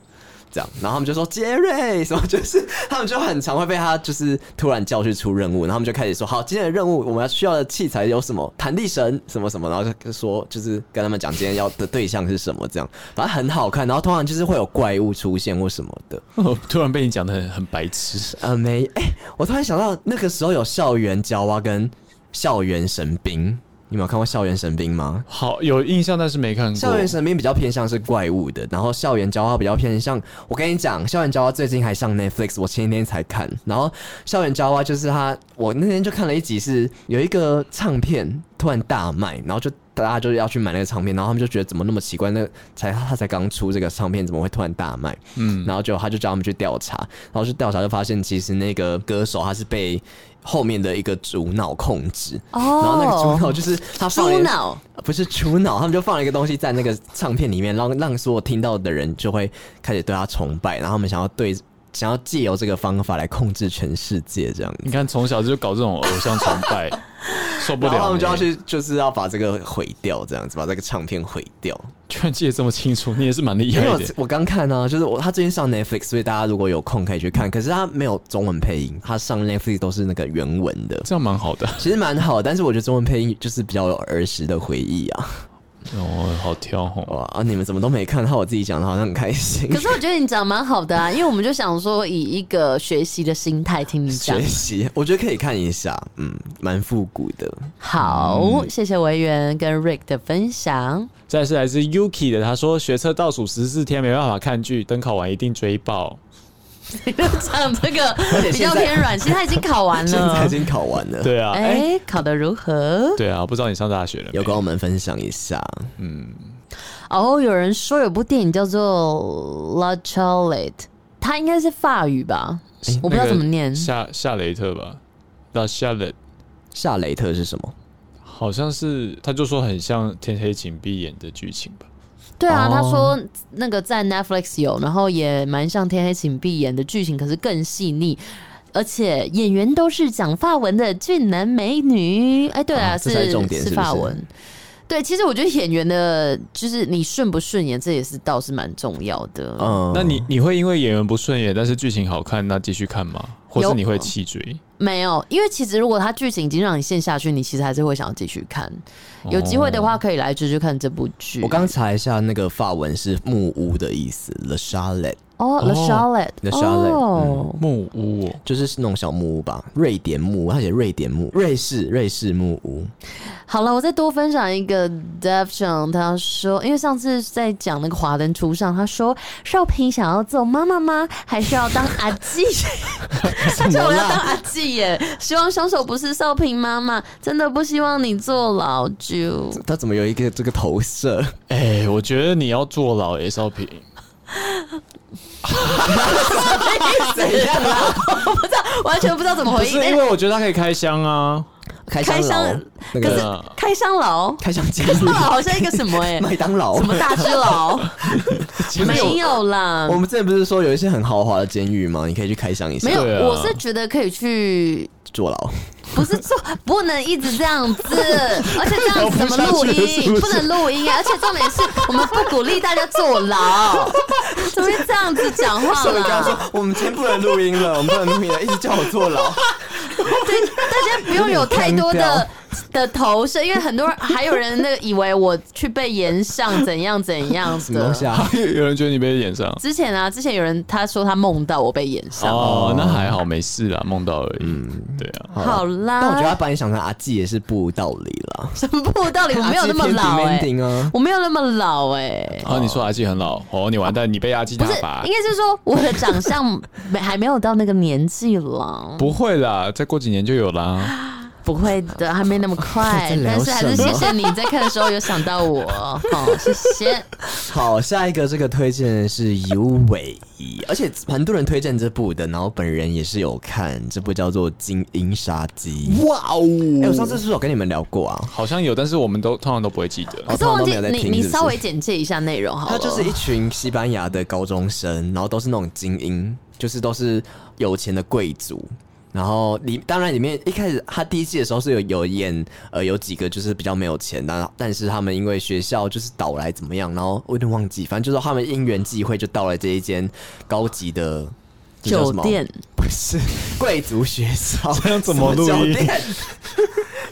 S3: 这样，然后他们就说杰瑞什么，就是他们就很常会被他就是突然叫去出任务，然后他们就开始说好，今天的任务我们要需要的器材有什么，弹力绳什么什么，然后就说就是跟他们讲今天要的对象是什么，这样，反正很好看，然后通常就是会有怪物出现或什么的，
S2: 突然被你讲的很很白痴，
S3: 呃，没，哎、我突然想到那个时候有校园交啊跟校园神兵，你们有看过校园神兵吗？
S2: 好有印象，但是没看过。
S3: 校园神兵比较偏向是怪物的，然后校园交啊比较偏向，我跟你讲，校园交啊最近还上 Netflix，我前几天才看。然后校园交啊就是他，我那天就看了一集是，有一个唱片突然大卖，然后就大家就是要去买那个唱片，然后他们就觉得怎么那么奇怪，那才他才刚出这个唱片，怎么会突然大卖？
S2: 嗯，
S3: 然后就他就叫他们去调查，然后去调查就发现，其实那个歌手他是被后面的一个主脑控制，
S1: 哦
S3: 然后那个主脑就是他放了一
S1: 猪脑
S3: 不是主脑，他们就放了一个东西在那个唱片里面，让让所有听到的人就会开始对他崇拜，然后他们想要对想要借由这个方法来控制全世界这样子。
S2: 你看从小就搞这种偶像崇拜，受不
S3: 然
S2: 了、欸。
S3: 后他们就要去，就是要把这个毁掉，这样子把这个唱片毁掉。
S2: 居然记得这么清楚，你也是蛮厉
S3: 因
S2: 害
S3: 为我
S2: 的。
S3: 我刚看呢、啊，就是我他最近上 Netflix，所以大家如果有空可以去看。可是他没有中文配音，他上 Netflix 都是那个原文的，
S2: 这样蛮好的
S3: 其实蛮好。但是我觉得中文配音就是比较有儿时的回忆啊。
S2: 哦，好挑哦。
S3: 哇，啊你们怎么都没看？到我自己讲的好像很开 心
S1: 可。是我觉得你讲蛮好的啊，因为我们就想说以一个学习的心态听你讲
S3: 学。习，我觉得可以看一下，嗯，蛮复古的。嗯
S1: 好，谢谢维园跟 Rick 的分 享。
S2: 再来是来自 Yuki 的，他说学测倒数十四天没办法看剧，等考完一定追爆。
S1: 讲这个
S3: 且
S1: 比较
S3: 现在
S1: 偏软，其实他已经考完
S3: 现在
S1: 了
S3: 已。经考完了，，
S2: 对啊，哎、
S1: 哎，考得如何？
S2: 对啊，不知道你上大学了没
S3: 有跟我们分享一下。
S1: 哦，有人说有部电影叫做《La Charlotte》，它应该是法语吧？
S3: 哎
S1: 我不知道怎么
S2: 哎那
S1: 念
S2: 个。夏夏雷特吧，那夏雷
S3: 夏雷特是什么？嗯
S2: 好像是，他就说很像《天黑请闭眼》的剧情吧。
S1: 对啊，
S3: 哦
S1: 他说那个在 Netflix 有，然后也蛮像《天黑请闭眼》的剧情，可是更细腻。而且演员都是讲法文的俊男美女，哎，对啊，
S3: 啊这
S1: 是
S3: 才是重点是不是
S1: 法文。对，其实我觉得演员的，就是你顺不顺眼，这也是倒是蛮重要的。
S3: 嗯，
S2: 哦那你你会因为演员不顺眼，但是剧情好看，那继续看吗？或
S1: 有
S2: 是你会弃追？
S1: 没有，因为其实如果他剧情已经让你陷下去，你其实还是会想要继续看。有机会的话，可以来追追看这部剧。
S3: 哦我刚查一下，那个法文是木屋的意思，The Charlotte。
S1: 哦
S2: 哦
S1: ，The Charlotte，The
S3: The Charlotte，嗯
S2: 木屋、哦，
S3: 就是那种小木屋吧，瑞典木屋，他写瑞典木，瑞士瑞士木屋，
S1: 好了，我再多分享一个 d e v s h o n 他说，因为上次在讲那个华灯初上，他说少平想要做妈妈吗？还是要当阿纪？他叫我要当阿纪耶，希望凶手不是少平妈妈，真的不希望你坐牢就。
S3: 他怎么有一个这个投射？
S2: 哎、我觉得你要坐牢也少平。
S3: 怎样啊？
S1: 完全不知道怎么
S2: 不
S1: 回
S2: 是
S1: 应。哎
S2: 因为我觉得他可以开箱啊，
S3: 开
S1: 开
S3: 箱
S1: 箱
S3: 牢，那
S1: 可
S2: 对
S3: 个
S1: 是
S2: 啊
S1: 开箱牢，
S3: 开箱监
S1: 开
S3: 狱
S1: 箱，牢好像一个什么 哎、
S3: 麦当劳
S1: 什。么大只牢，没有啦
S3: 我。们之前不是说有一些很豪华的监狱吗？你可以去开箱一下，
S1: 没有，
S2: 对啊
S1: 我是觉得可以去
S3: 坐牢。
S1: 不是做，不能一直这 样子，而且这样子怎么录
S2: 聊不下去了是
S1: 音？
S2: 不
S1: 不
S2: 是
S1: 能录音啊！而且重点是我们不鼓励大家坐 牢，怎么会这样子讲话
S3: 所以刚刚
S1: 啦？
S3: 说我们今天不能录音了，我们不能录音了，一直叫我坐牢。
S1: 对，大家不用有太多
S3: 有点
S1: 的的投射，因为很多人还有人那个以为我去被延上怎样怎样
S3: 什么东
S1: 的。
S3: 西啊？
S2: 有人觉得你被演上。
S1: 之前啊，之前有人他说他梦到我被延上，
S2: 哦，那还好，没事啦，梦到而已。对啊，
S1: 好
S3: 哦但我觉得他
S1: 啦，
S3: 把你想成阿纪也是不无道理啦。
S1: 什么 不道理？我没有那么
S3: 阿纪
S1: 老哎、
S3: 偏 demanding 啊，
S1: 我没有那么老哎、
S2: 啊，你说阿纪很老哦，你完蛋，你被阿纪
S1: 不
S2: 打
S1: 是，
S2: 吧
S1: 应？该是说我的长 相没还没有到那个年纪了，
S2: 不会啦，再过几年就有啦。
S1: 不会的，还没那么快
S3: 在。聊
S1: 但是还是
S3: 什
S1: 谢
S3: 么
S1: 谢你在看的时候有想到 我，哦，谢谢。
S3: 好，下一个这个推荐是尤伟仪，而且蛮多人推荐这部的，然后本人也是有看，这部叫做《金银杀机》。哇哦！哎，我上次是不是有跟你们聊过啊？
S2: 好像有，但是我们都通常都不会记得。
S1: 可
S3: 哦
S1: 是
S3: 通
S1: 忘
S3: 常都
S1: 记
S3: 没有在
S1: 你，
S3: 听
S1: 你
S3: 是不是
S1: 稍微简介一下内容好
S3: 他
S1: 了。
S3: 就是一群西班牙的高中生，然后都是那种精英，就是都是有钱的贵族。然后里当然里面一开始他第一季的时候是有有演呃有几个就是比较没有钱的，但是他们因为学校就是倒来怎么样，然后我有点忘记，反正就是他们因缘际会就到了这一间高级的这叫
S1: 酒
S3: 什么
S1: 店，
S3: 不是贵族学校，
S2: 这样怎么录音
S3: 什酒店？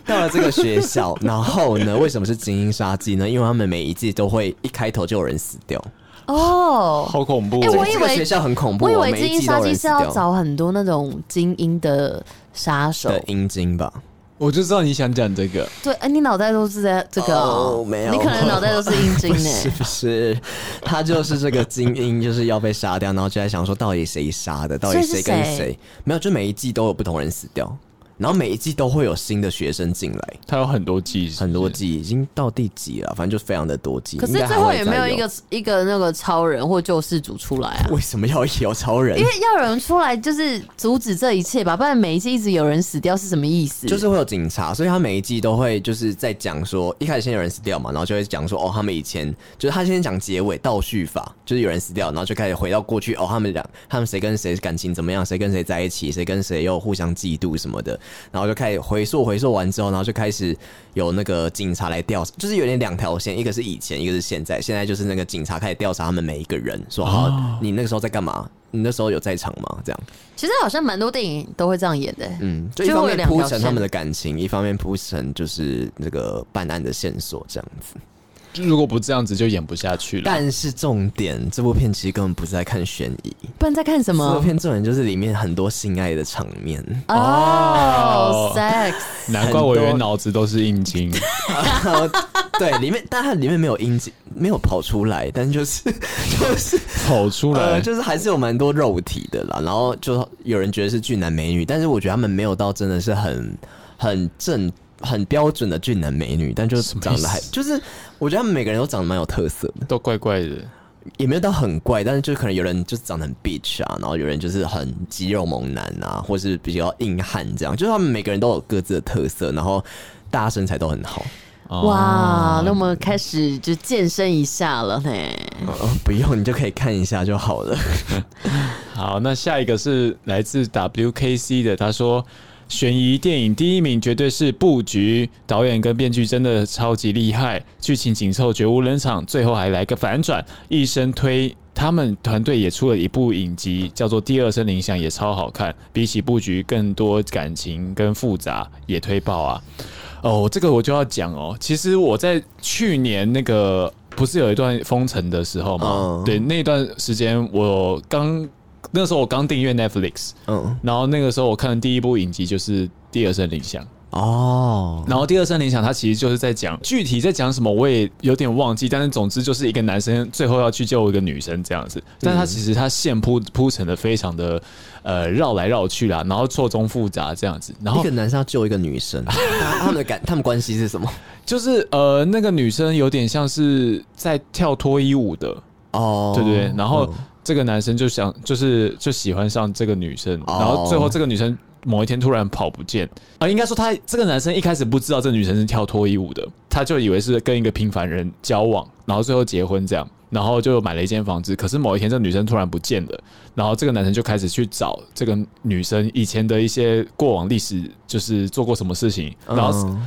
S3: 到了这个学校，然后呢，为什么是精英杀技呢？因为他们每一季都会一开头就有人死掉。
S1: 哦，
S2: 好恐怖
S1: 哎
S2: 哦！
S1: 我以为
S3: 这个学校很恐怖，哦
S1: 我以为
S3: 每一
S1: 精英
S3: 季都
S1: 杀
S3: 有人
S1: 机是
S3: 死掉
S1: 要找很多那种精英的杀手。
S3: 的阴茎吧？
S2: 我就知道你想讲这个，
S1: 对，哎，你脑袋都是在这个哦
S3: 哦没有
S1: 你可能脑袋都是阴 茎
S3: 不是
S1: 呢。
S3: 不是，他就是这个精英，就是要被杀掉，然后就在想说到底谁杀的，到底谁跟
S1: 所以是
S3: 谁
S1: 谁？
S3: 没有，就每一季都有不同人死掉，然后每一季都会有新的学生进来，
S2: 它有很多季，是不是
S3: 很多季已经到第几了，反正就非常的多季。
S1: 可是
S3: 应该还
S1: 最后
S3: 会
S1: 也没
S3: 再
S1: 有一个一个那个超人或救世主出来啊。
S3: 为什么要有超人
S1: 因？为要有人出来，就是阻止这一切吧，不然每一季一直有人死掉是什么意思？
S3: 就是会有警察，所以他每一季都会就是在讲说，一开始先有人死掉嘛，然后就会讲说哦，他们以前就是他先讲结尾倒叙法，就是有人死掉，然后就开始回到过去哦，他们俩他们谁跟谁感情怎么样，谁跟谁在一起，谁跟谁又互相嫉妒什么的，然后就开始回溯回溯完之后，然后就开始有那个警察来调查，就是有点两条线，一个是以前，一个是现在，现在就是那个警察开始调查他们每一个人，说好、你那个时候在干嘛？你那时候有在场吗？这样。
S1: 其实好像蛮多电影都会这样演的、欸
S3: 嗯，就
S1: 就
S3: 一方
S1: 会有
S3: 面
S1: 两
S3: 铺
S1: 条
S3: 陈
S1: 线
S3: 他们的感情，一方面铺陈就是那个办案的线索这样
S1: 嗯
S3: 子。
S2: 如果不这样子就演不下去了。
S3: 但是重点，这部片其实根本不是在看悬疑，
S1: 不然在看什
S3: 这部
S1: 么？
S3: 片重点就是里面很多性爱的场面。
S1: 哦
S2: 哦
S1: ，sex，
S2: 难怪我以为脑子都是阴茎，
S3: 对，里面但它里面没有阴茎，没有跑出来，但就是 就是
S2: 跑出来
S3: 呃，。就是还是有蛮多肉体的啦。然后就有人觉得是俊男美女，但是我觉得他们没有到真的是很很正。很标准的俊男美女，但就是长得还就是，我觉得他们每个人都长得蛮有特色的。
S2: 都怪怪的，
S3: 也没有到很怪，但是就可能有人就是长得很 bitch 啊，然后有人就是很肌肉猛男啊，或是比较硬汉这样，就是他们每个人都有各自的特色，然后大家身材都很好。
S2: 哦
S1: 哇，那我们开始就健身一下了呢。
S2: 嗯
S3: 呃，不用你就可以看一下就好 了。
S2: 好，那下一个是来自 WKC 的，他说。悬疑电影第一名绝对是《布局》，导演跟编剧真的超级厉害，剧情紧凑，绝无冷场，最后还来个反转，一生推。他们团队也出了一部影集，叫做《第二声铃响》，也超好看，比起《布局》更多感情跟复杂，也推爆啊！哦，这个我就要讲哦。其实我在去年那个不是有一段封城的时候嘛，
S3: 嗯
S2: 对，那段时间我刚那时候我刚订阅 Netflix，
S3: 嗯，
S2: 然后那个时候我看的第一部影集就是《第二声铃响》，
S3: 哦，
S2: 然后《第二声铃响》它其实就是在讲具体在讲什么我也有点忘记，但是总之就是一个男生最后要去救一个女生这样子，但
S3: 嗯
S2: 他其实他线铺铺陈的非常的呃绕来绕去啦，然后错综复杂这样子，然
S3: 一
S2: 后
S3: 个男生要救一个女 生，他他们的感他们关系是什么？
S2: 就是呃，那个女生有点像是在跳脱衣舞的，
S3: 哦，
S2: 对嗯对对，然后这个男生就想，就是就喜欢上这个女生，
S3: 哦
S2: 然后最后这个女生某一天突然跑不见啊、应该说他这个男生一开始不知道这女生是跳脱衣舞的，他就以为是跟一个平凡人交往，然后最后结婚这样。然后就买了一间房子，可是某一天这女生突然不见了，然后这个男生就开始去找这个女生以前的一些过往历史，就是做过什么事情，然后
S3: 嗯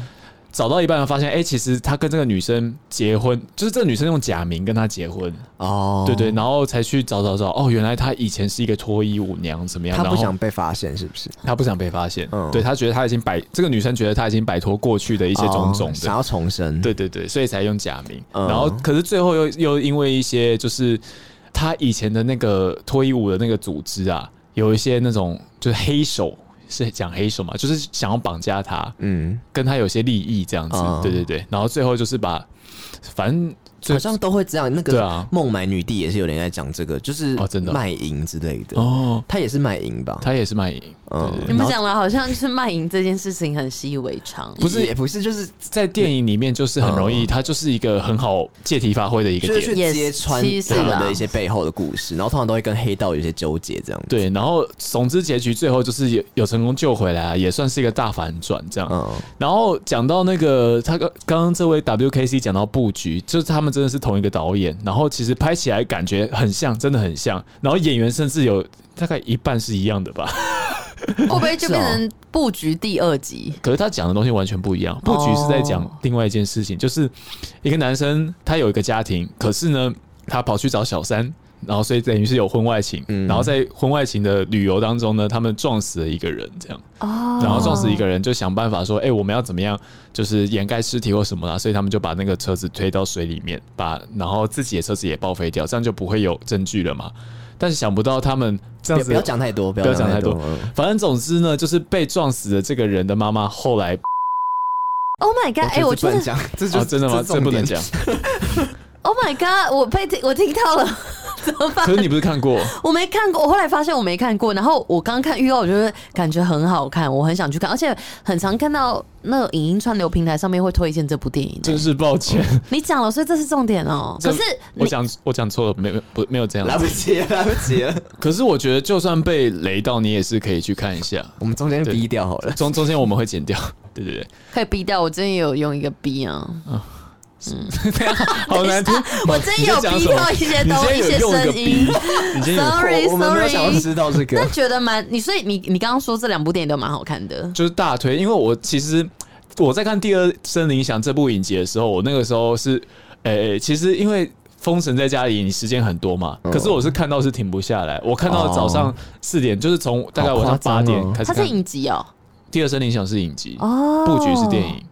S2: 找到一半发现，哎、其实他跟这个女生结婚，就是这个女生用假名跟他结婚，
S3: 哦，
S2: 对对，然后才去找找找，哦，原来他以前是一个脱衣舞娘，怎么样？
S3: 他
S2: 然
S3: 不
S2: 后
S3: 想被发现是不是？
S2: 他不想被发现，
S3: 嗯
S2: 对他觉得他已经摆这个女生觉得他已经摆脱过去的一
S3: 一
S2: 些种种的，
S3: 哦想要重生，
S2: 对对对，所以才用假名。
S3: 嗯
S2: 然后，可是最后又又因为一些就是他以前的那个脱衣舞的那个组织啊，有一些那种就是黑手，是讲黑手嘛，就是想要绑架他，
S3: 嗯，
S2: 跟他有些利益这样子。
S3: 嗯
S2: 对对对，然后最后就是把反正最
S3: 好像都会这样。那
S2: 对
S3: 个
S2: 啊
S3: 孟买女帝也是有人在讲这个，就是
S2: 哦真的哦
S3: 卖淫之类的，
S2: 哦，
S3: 她也是卖淫吧？
S2: 他也是卖淫。
S3: 嗯
S2: 对对
S1: 你
S2: 对
S1: 们讲的好像就是卖淫这件事情很习以为常，
S2: 不是
S3: 也不是，就是
S2: 在电影里面就是很容易，他就是一个很好借题发挥的一个
S3: 嗯就是
S2: 点。
S3: 去
S1: Yes，
S3: 揭穿
S1: 其实
S2: 啊
S3: 他们
S1: 啦
S3: 的一些背后的故事，然后通常都会跟黑道有一些纠结这样子。
S2: 对，然后总之结局最后就是有有成功救回来啊，也算是一个大反转这样。
S3: 嗯
S2: 然后讲到那个，他刚刚刚这位 WKC 讲到布局，就是他们真的是同一个导演，然后其实拍起来感觉很像，真的很像，然后演员甚至有大概一半是一样的吧，
S1: 会不会就变
S3: 是
S1: 成布局第二集？
S2: 可是他讲的东西完全不一样。布局是在讲另外一件事情，就是一个男生他有一个家庭，可是呢，他跑去找小三。然后，所以等于是有婚外情，
S3: 嗯
S2: 然后在婚外情的旅游当中呢，他们撞死了一个人，这样。
S1: 哦
S2: 然后撞死一个人，就想办法说，哎、我们要怎么样，就是掩盖尸体或什么啦，所以他们就把那个车子推到水里面，把然后自己的车子也报废掉，这样就不会有证据了嘛。但是想不到他们这样
S3: 不要
S2: 子，
S3: 不要讲太多，不
S2: 不要
S3: 讲
S2: 讲太多
S3: 多。嗯
S2: 反正总之呢，就是被撞死的这个人的妈妈后来
S1: Oh my god！哎、我
S3: 这
S1: 觉
S3: 不能
S1: 得
S3: 讲， 这就
S2: 啊，真的吗？这不能讲。。
S1: Oh my god！我被听我听到了，怎么办
S2: 可？是你不是看 过？
S1: 我没看过，我后来发现我没看过。然后我刚看预告，我觉得感觉很好看，我很想去看，而且很常看到那个影音串流平台上面会推荐这部电影。
S2: 真是抱 歉，
S1: 你讲了，所以这是重点哦、
S2: 这
S1: 可是
S2: 我
S1: 你
S2: 讲我讲错了，没有不没有这
S3: 这
S2: 样
S3: 种来
S2: 子。
S3: 不及了，来 不及了。
S2: 可是我觉得，就算被雷到，你也是可以去看一下。
S3: 我们中间逼掉好了。
S2: 中中间我们会剪掉， 对对对。
S1: 可以逼掉，我之前也有用一个逼啊，
S2: 好难听。
S1: 我真有逼到一些
S2: 你
S1: 东
S2: 今天
S1: 一
S2: 有
S1: 些
S2: 用一个
S1: 声音
S2: 逼，你今天有
S1: Sorry，
S3: 我我们没有
S1: sorry
S3: 想要知道这
S1: 但
S3: 个。
S1: 觉得蛮你，所以你你刚刚说这两部电影都蛮好看的。
S2: 就是大推，因为我其实我在看《第二声铃响》这部影集的时候，我那个时候是，呃、其实因为。封神在家里，你时间很多嘛？
S3: 哦
S2: 可是我是看到是停不下来，我看到早上四点，就是从大概晚上八点
S3: 好夸张哦
S2: 开始
S1: 它
S2: 看。
S1: 是影集哦、
S2: 第二声铃响是影集，
S1: 哦
S2: 布局是电影。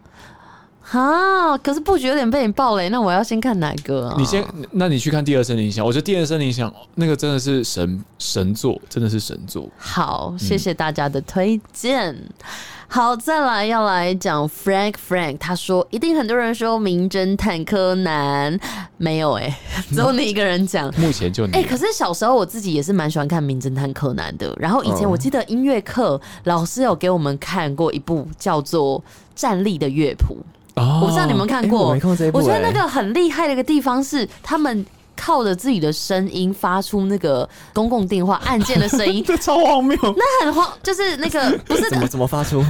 S1: 啊，可是布局有点被你爆雷，那我要先看哪个、啊？
S2: 你先，那你去看第二声铃响，我觉得第二声铃响那个真的是神神作，真的是神作。
S1: 好，谢
S3: 嗯
S1: 谢大家的推荐。好，再来要来讲 Frank Frank，他说一定很多人说《名侦探柯南》，没有哎、 只有你一个人讲。
S3: 嗯
S2: 目前就你，
S1: 哎、可是小时候我自己也是蛮喜欢看《名侦探柯南》的。然后以
S3: 嗯
S1: 前我记得音乐课、老师有给我们看过一部叫做《站立的乐谱》，
S2: 哦
S1: 我不知道你们看
S3: 诶
S1: 过。
S3: 哎我没看过这一部欸
S1: 我觉得那
S3: 诶
S1: 个很厉害的一个地方是他们。靠着自己的声音发出那个公共电话按键的声 音，
S2: 这超 荒谬。
S1: 那很荒，就是那 个不是
S3: 怎么怎么发出？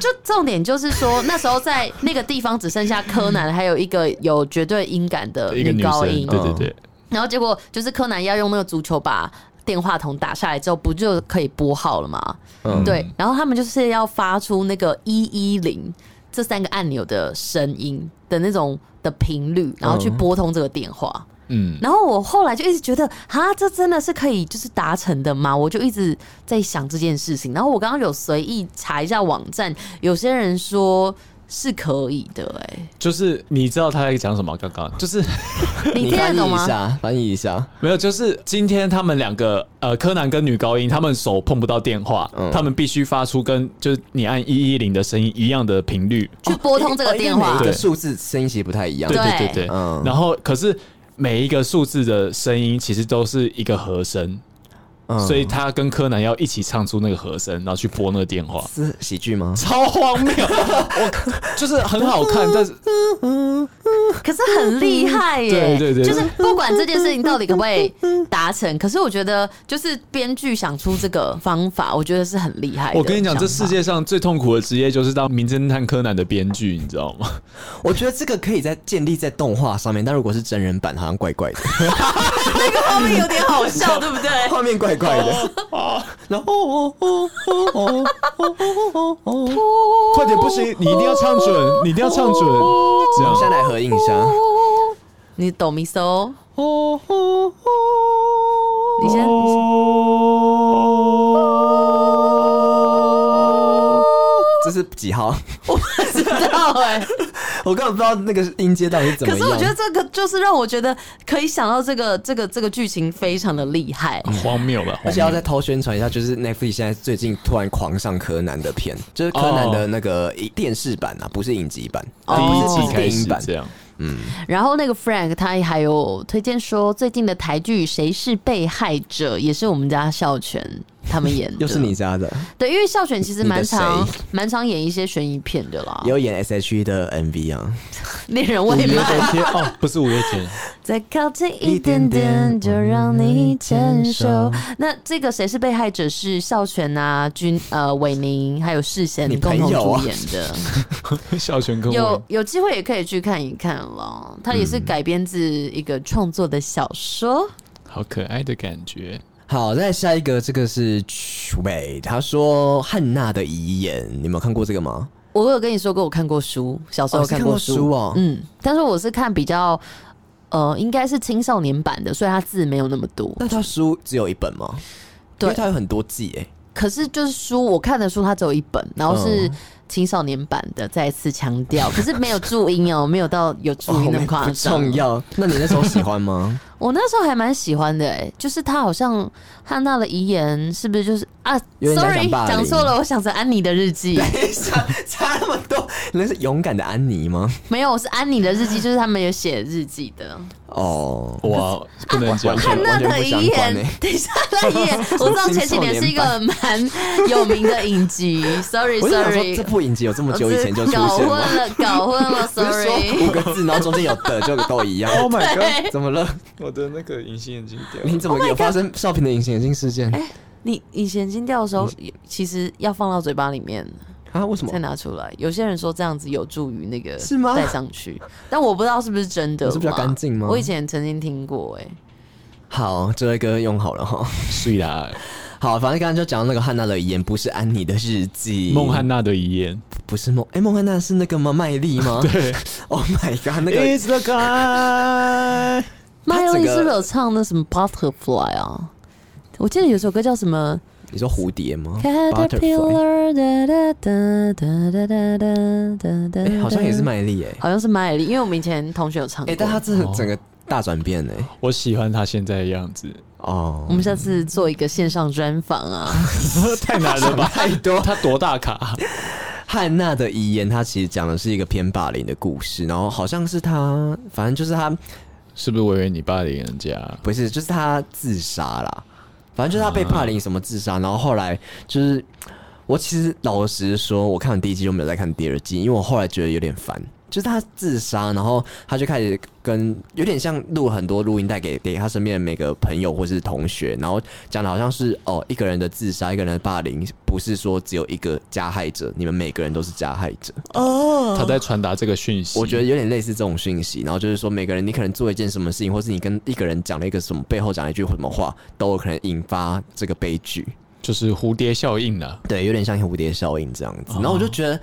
S1: 就重点就是说，那时候在那个地方只剩下柯南，还有一个有绝对音感的
S2: 一个女
S1: 高
S2: 生，
S1: 音
S2: 对，对对，
S3: 哦
S1: 然后结果就是柯南要用那个足球把电话筒打下来之后，不就可以拨号了吗？
S3: 嗯，
S1: 对，然后他们就是要发出那个一一零这三个按钮的声音的那种的频率，然后去拨通这个电话。
S2: 嗯，
S1: 然后我后来就一直觉得，哈，这真的是可以就是达成的吗？我就一直在想这件事情。然后我刚刚有随意查一下网站，有些人说是可以的、
S2: 就是你知道他在讲什么？刚刚就是
S1: 哎，你听
S3: 翻
S1: 得
S3: 译
S1: 懂
S3: 一
S1: 吗？
S3: 下，翻译一下。
S2: 没有，就是今天他们两个呃，柯南跟女高音，他们手碰不到电话，
S3: 嗯
S2: 他们必须发出跟就是你按一一零的声音一样的频率。
S1: 去拨通这个电
S3: 哦因为
S1: 话
S3: 每一，
S2: 对
S3: 个数字声音其实不太一样。
S2: 对
S1: 对
S2: 对对对，
S3: 嗯
S2: 然后可是每一个数字的声音其实都是一个和声，
S3: 嗯
S2: 所以他跟柯南要一起唱出那个和声，然后去拨那个电话。
S3: 是喜剧 吗？
S2: 超荒谬， 我就是很好看，但 是
S1: 可是很厉害耶、
S2: 对对对对
S1: 就是不管这件事情到底可不可以达成，可是我觉得就是编剧想出这个方法，我觉得是很厉害的想法。
S2: 我跟你讲，这世界上最痛苦的职业就是当《名侦探柯南》的编剧，你知道吗？
S3: 我觉得这个可以在建立在动画上面，但如果是真人版， 好像怪怪的，
S1: 哦
S2: 嗯
S1: 那个画面有点好笑，对不对？
S3: 画面怪怪的。
S2: 啊，
S3: 然后哦哦哦哦哦哦哦哦，
S2: 快点，不行，你一定要唱准，你一定要唱准，这
S3: 我们
S2: 样。
S3: 现在来合影一下。
S1: 你抖咪嗦，
S3: 哦哦哦，
S1: 你先
S3: 这是几号？
S1: 知道哎、
S3: 我根本不知道那个音阶到底是 怎么
S1: 可
S3: 样。
S1: 是我觉得这个就是让我觉得可以想到这个这个这个剧情非常的厉害。
S3: 嗯
S2: 荒谬吧？
S3: 而且
S2: 荒
S3: 要
S2: 谬
S3: 再偷宣传一下，就是 Netflix 现在最近突然狂上柯南的片，就是柯南的那个电视版啊，不是影集版，
S2: 第
S3: 哦不
S2: 一季
S3: 是电
S2: 开
S3: 影
S2: 始
S3: 版。
S2: 这样，
S1: 然后那个 Frank 他还有推荐说，最近的台剧《谁是被害者》也是我们家孝全 他们演的，
S3: 又是你家的，
S1: 对，因为孝全其实蛮
S3: 你
S1: 常
S3: 的谁
S1: 蛮常演一些悬疑片的啦
S3: 也，有演 S.H.E 的 MV 啊，
S1: 令人
S2: 五
S1: 未
S2: 月
S1: 满。
S2: 天哦，不是五月天，
S1: 再靠近一点点，就让你牵手。那这个谁是被害者是孝全啊、君呃、韦宁还有世贤
S3: 你
S1: 共
S3: 朋
S1: 同
S3: 友啊
S1: 主演的，
S2: 小泉跟
S1: 有
S3: 欸
S2: 我
S1: 有机会也可以去看一看了。它也是改编自一个创作的小说。
S2: 好可爱的感觉。
S3: 好，再下一个，这个是美，他说《汉娜的遗言》，你们有看过这个吗？
S1: 我有跟你说过，我看过书，小时候
S3: 哦是
S1: 看
S3: 看过
S1: 书,、
S3: 书哦
S1: 嗯，但是我是看比较。呃，应该是青少年版的，所以它字没有那么多。
S3: 那他书只有一本吗？
S1: 对
S3: 因为它有很多季诶、
S1: 可是就是书，我看的书它只有一本，然后是
S3: 嗯
S1: 青少年版的，再一次强调，可是没有注音哦，没有到有注音那么夸
S3: 不
S1: 张。
S3: 重要。那你那时候喜 欢吗？
S1: 我那时候还蛮喜欢的、哎，就是他好像汉娜的遗言是不是就是啊
S3: 有点在
S1: ？Sorry，
S3: 讲霸凌
S1: 讲错了，我想成安妮的日记，
S3: 差差那么多，那是勇敢的安妮吗？
S1: 没有，我是安妮的日记，就是他们有写日记的。
S3: 哦，
S2: 哇，不能讲
S3: 完全
S1: 汉娜的遗
S3: 完全
S1: 言
S3: 不相关欸，
S1: 等一下来演。 我知道前几年是一个蛮有名的影集，Sorry
S3: 我就想说
S1: Sorry，
S3: 这部影集有这么久以前就出
S1: 搞混
S3: 现吗？
S1: 了，搞 混了
S3: 不是说
S1: ，Sorry。
S3: 五个字，然后中间有的就都一样。
S2: Oh my god！
S1: 对，
S3: 怎么了？
S2: 我的那个隐形眼镜掉
S3: 你怎么有发生少平的隐形眼镜事件
S1: 哎你以前睛掉的时候，其实要放到嘴巴里面
S3: 啊？为什
S1: 再
S3: 么？
S1: 拿出来。有些人说这样子有助于那个
S3: 是吗
S1: 戴上去， 但我不知道是不是真的
S3: 你
S1: 嘛。
S3: 是比较干净吗
S1: 我以前曾经听过、哎，
S3: 好，这位哥用好了哈。
S2: 睡啦，
S3: 好，反正刚刚就讲到那个汉娜的遗言，不是安妮的日记，
S2: 孟汉娜的遗言。
S3: 不是梦，哎、孟汉娜是那个吗？麦莉吗？ 对，Oh my god，那个
S2: the guy。
S1: 麦丽
S3: 他整个
S1: 是不是有唱那什么 Butterfly 啊？我记得有首歌叫什么
S3: 你说蝴蝶吗 Butterfly
S1: Caterpillar，哒哒哒哒哒哒哒哒
S3: 哎、
S1: 哒，
S3: 好像也是，麦莉哎、
S1: 好像是麦丽，因为我们以前同学有唱
S3: 哎、
S1: 过。
S3: 但她这
S2: 哦
S3: 整个大转变哎、
S2: 我喜欢他现在的样子，
S3: 哦
S1: 我，们下次做一个线上专访啊，
S2: 太难了吧？太多，他多大卡？
S3: 汉娜的遗言，它其实讲的是一个偏霸凌的故事，然后好像是她，反正就是她
S2: 是不是委员你霸凌人家？
S3: 不是，就是她自杀啦，反正就是她被霸凌什么自杀，然后后来就是我其实老实说，我看完第一季就没有再看第二季，因为我后来觉得有点烦。就是她自杀，然后她就开始跟有点像录很多录音带给给她身边的每个朋友或是同学，然后讲的好像是哦一个人的自杀，一个人的霸凌，不是说只有一个加害者，你们每个人都是加害者。
S2: 他在传达这个讯息。
S3: 我觉得有点类似这种讯息，然后就是说每个人你可能做一件什么事情，或是你跟一个人讲了一个什么，背后讲了一句什么话，都有可能引发这个悲剧。
S2: 就是蝴蝶效应啊了。
S3: 对，有点像蝴蝶效应这样子。然后我就觉得，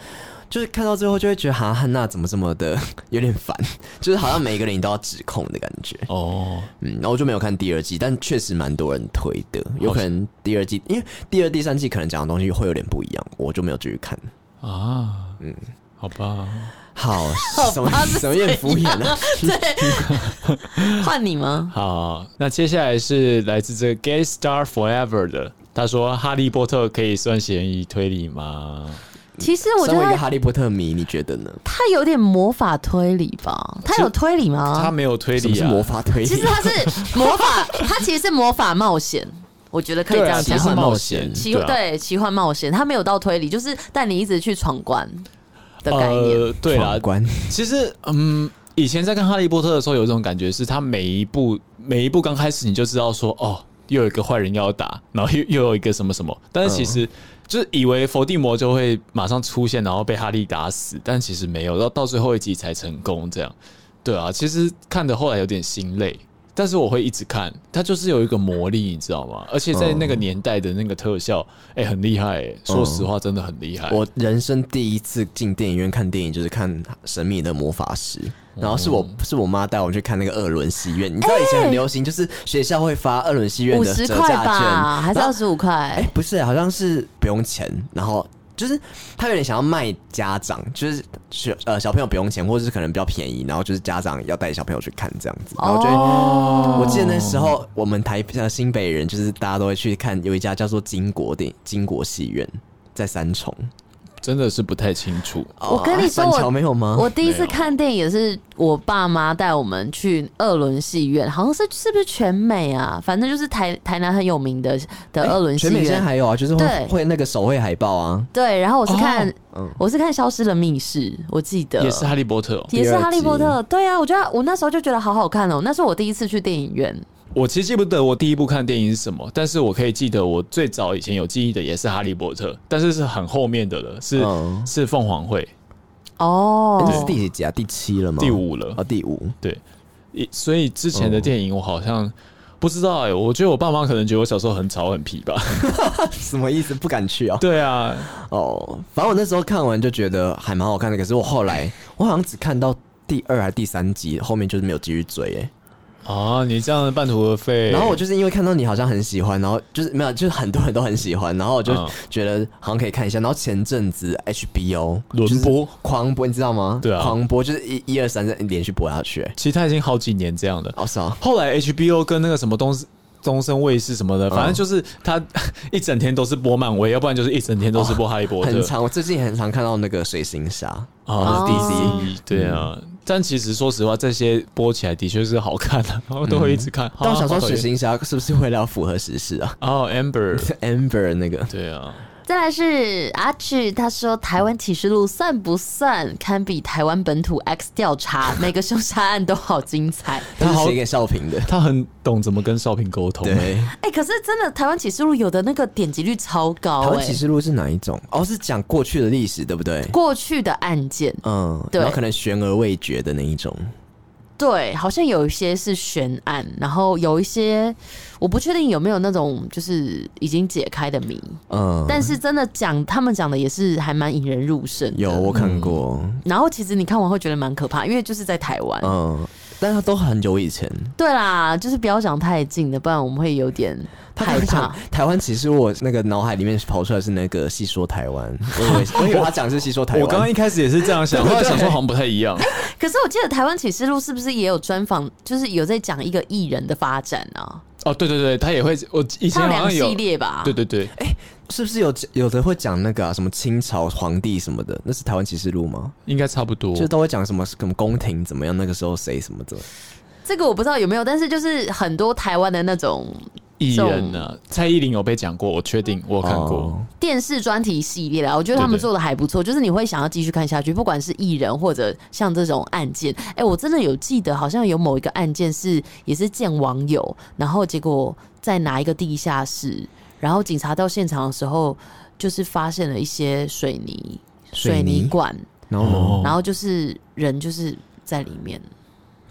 S3: 就是看到最后就会觉得，哈，汉娜怎么这么的 有点烦，就是好像每一个人你都要指控的感觉。
S2: 哦，
S3: 嗯，然后我就没有看第二季，但确实蛮多人推的，有可能第二季，因为第二、第三季可能讲的东西会有点不一样，我就没有继续看。
S2: 啊，嗯，好吧，
S3: 好， 什么
S1: 吧是
S3: 什么有点敷衍 啊？
S1: 换你吗？
S2: 好，那接下来是来自这个 Gay Star Forever 的，他说：“哈利波特可以算悬疑推理吗
S1: 其实我觉
S3: 身为一
S1: 得
S3: 个哈利波特迷，你觉得呢？
S1: 他有点魔法推理吧？他有推理？”
S2: 他
S1: 吗？
S2: 没有推
S3: 什么
S2: 理
S3: 是
S2: 啊，
S3: 魔法推理？
S1: 其 实他是魔法，他其实是魔法冒险，我觉得可以这
S2: 对啊
S1: 样讲
S2: 奇。幻冒险，
S1: 奇
S2: 对啊
S1: 对奇幻冒险，他没有到推理，就是带你一直去闯关的概念。
S2: 呃，对啦
S3: 闯，关。
S2: 其实，嗯，以前在看《哈利波特》的时候，有一种感觉是，他每一部每一部刚开始你就知道说，哦，又有一个坏人要打，然后又又有一个什么什么，但是其实。就是以为伏地魔就会马上出现，然后被哈利打死，但其实没有，到到最后一集才成功这样。对啊，其实看的后来有点心累，但是我会一直看，它就是有一个魔力，你知道吗？而且在那个年代的那个特效，哎、很厉害、哎说实话，真的很厉害。
S3: 我人生第一次进电影院看电影，就是看《神秘的魔法师》，然后是我是我妈带我去看那个二轮戏院。你知道以前很流行，就是学校会发二轮戏院
S1: 五
S3: 的
S1: 十
S3: 折
S1: 块
S3: 价
S1: 吧，
S3: 券，
S1: 还是
S3: 然后
S1: 二十五
S3: 哎、
S1: 块？
S3: 不是，好像是不用钱，然后就是他有点想要卖家长，就是学呃小朋友不用钱，或者是可能比较便宜，然后就是家长要带小朋友去看这样子，然后就会。
S1: 哦
S3: 哦我记得那时候我们台像新北人，就是大家都会去看，有一家叫做金国电金国戏院，在三重。
S2: 真的是不太清楚。
S1: 哦我跟你说
S3: 板
S1: 我
S3: 桥没有吗？
S1: 我第一次
S2: 没有
S1: 看电影也是我爸妈带我们去二轮戏院，好像是是不是全美啊？反正就是台台南很有名的的二轮戏
S3: 哎全美现在
S1: 院。
S3: 还有啊，就是会
S1: 对
S3: 会那个手绘海报啊，
S1: 对，然后我是看、
S3: 嗯
S1: 我是看《消失的密室》，我记得
S2: 也是哈利波特、哦。
S1: 也是
S3: 第二
S1: 哈利波
S3: 集
S1: 特。对啊，我觉得我那时候就觉得好好看哦，那是我第一次去电影院。
S2: 我其实记不得我第一部看电影是什么，但是我可以记得我最早以前有记忆的也是《哈利波特》，但是是很后面的了，是、
S3: 嗯
S2: 是凤凰会
S1: 哦，
S3: 这是第几集啊？第七了吗？
S2: 第五了。
S3: 啊，第五。
S2: 对，一所以之前的电影我好像不知道哎、我觉得我爸妈可能觉得我小时候很吵很皮吧。
S3: 什么意思？不敢去啊？
S2: 对啊，
S3: 哦，反正我那时候看完就觉得还蛮好看的，可是我后来我好像只看到第二还是第三集，后面就是没有继续追哎、
S2: 啊，你这样半途而废。
S3: 然后我就是因为看到你好像很喜欢，然后就是没有，就是很多人都很喜欢，然后我就
S2: 嗯
S3: 觉得好像可以看一下。然后前阵子 HBO
S2: 轮播
S3: 就是狂播，你知道吗？
S2: 对啊
S3: 狂播就是一一二三三连续播下去、欸。
S2: 其实他已经好几年这样了。
S3: 哦，是啊，
S2: 后来 HBO 跟那个什么东东森卫视什么的，反正
S3: 嗯
S2: 就是他 一整天都是播漫威，要不然就是一整天都是播哈利波特。
S3: 哦很长，我最近很常看到那个水行侠，
S2: 啊，
S1: 哦
S2: 是 DC，对啊。但其实说实话，这些播起来的确是好看 的、然后都会一直看。
S3: 但我想说
S2: 好讨厌
S3: 水行侠是不是为了要符合时事啊
S2: 哦，Amber，
S3: ？Amber 那个
S2: 对啊，
S1: 再来是阿志，他说台湾启示录算不算堪比台湾本土 X 调查？每个凶杀案都好精彩。
S3: 他
S2: 好
S3: 是写给少平的，
S2: 他很懂怎么跟少平沟通。
S3: 对。
S1: 哎、可是真的台湾启示录有的那个点击率超高、
S3: 台
S1: 欸，
S3: 湾启示录是哪一种？哦，是讲过去的历史，对不对？
S1: 过去的案件，
S3: 嗯，
S1: 对
S3: 然后可能悬而未决的那一种。
S1: 对，好像有一些是悬案，然后有一些我不确定有没有那种就是已经解开的谜，
S3: 嗯，
S1: 但是真的讲他们讲的也是还蛮引人入胜的。
S3: 有我看过，
S1: 然后其实你看完会觉得蛮可怕，因为就是在台湾。
S3: 嗯，但它都很久以前。
S1: 对啦，就是不要讲太近的，不然我们会有点害
S3: 他
S1: 怕
S3: 讲。台湾，其实我那个脑海里面跑出来是那个《细说台湾》， 我以为我以为他讲的是《细说台湾》。
S2: 我刚刚一开始也是这样想，后来想说好像不太一样。
S1: 可是我记得台湾启示录是不是也有专访，就是有在讲一个艺人的发展啊？
S2: 哦，对对对，他也会，我以前
S1: 它有
S2: 好
S1: 两
S2: 像有
S1: 系，列啊吧？
S2: 对对对，
S3: 是不是有有的会讲那个、啊、什么清朝皇帝什么的？那是台湾启示录吗？
S2: 应该差不多
S3: 就。是都会讲什么什么宫廷怎么样，那个时候谁什么的。
S1: 这个我不知道有没有，但是就是很多台湾的那种
S2: 艺人呢，蔡依林有被讲过，我确定我有看过
S3: 哦。
S1: 电视专题系列啦，我觉得他
S2: 对
S1: 们
S2: 对
S1: 做的还不错，就是你会想要继续看下去，不管是艺人或者像这种案件，哎、我真的有记得好像有某一个案件是也是见网友，然后结果在哪一个地下室，然后警察到现场的时候，就是发现了一些水泥
S3: 水泥
S1: 管，
S3: 然后呢
S2: 哦
S1: 然后就是人就是在里面，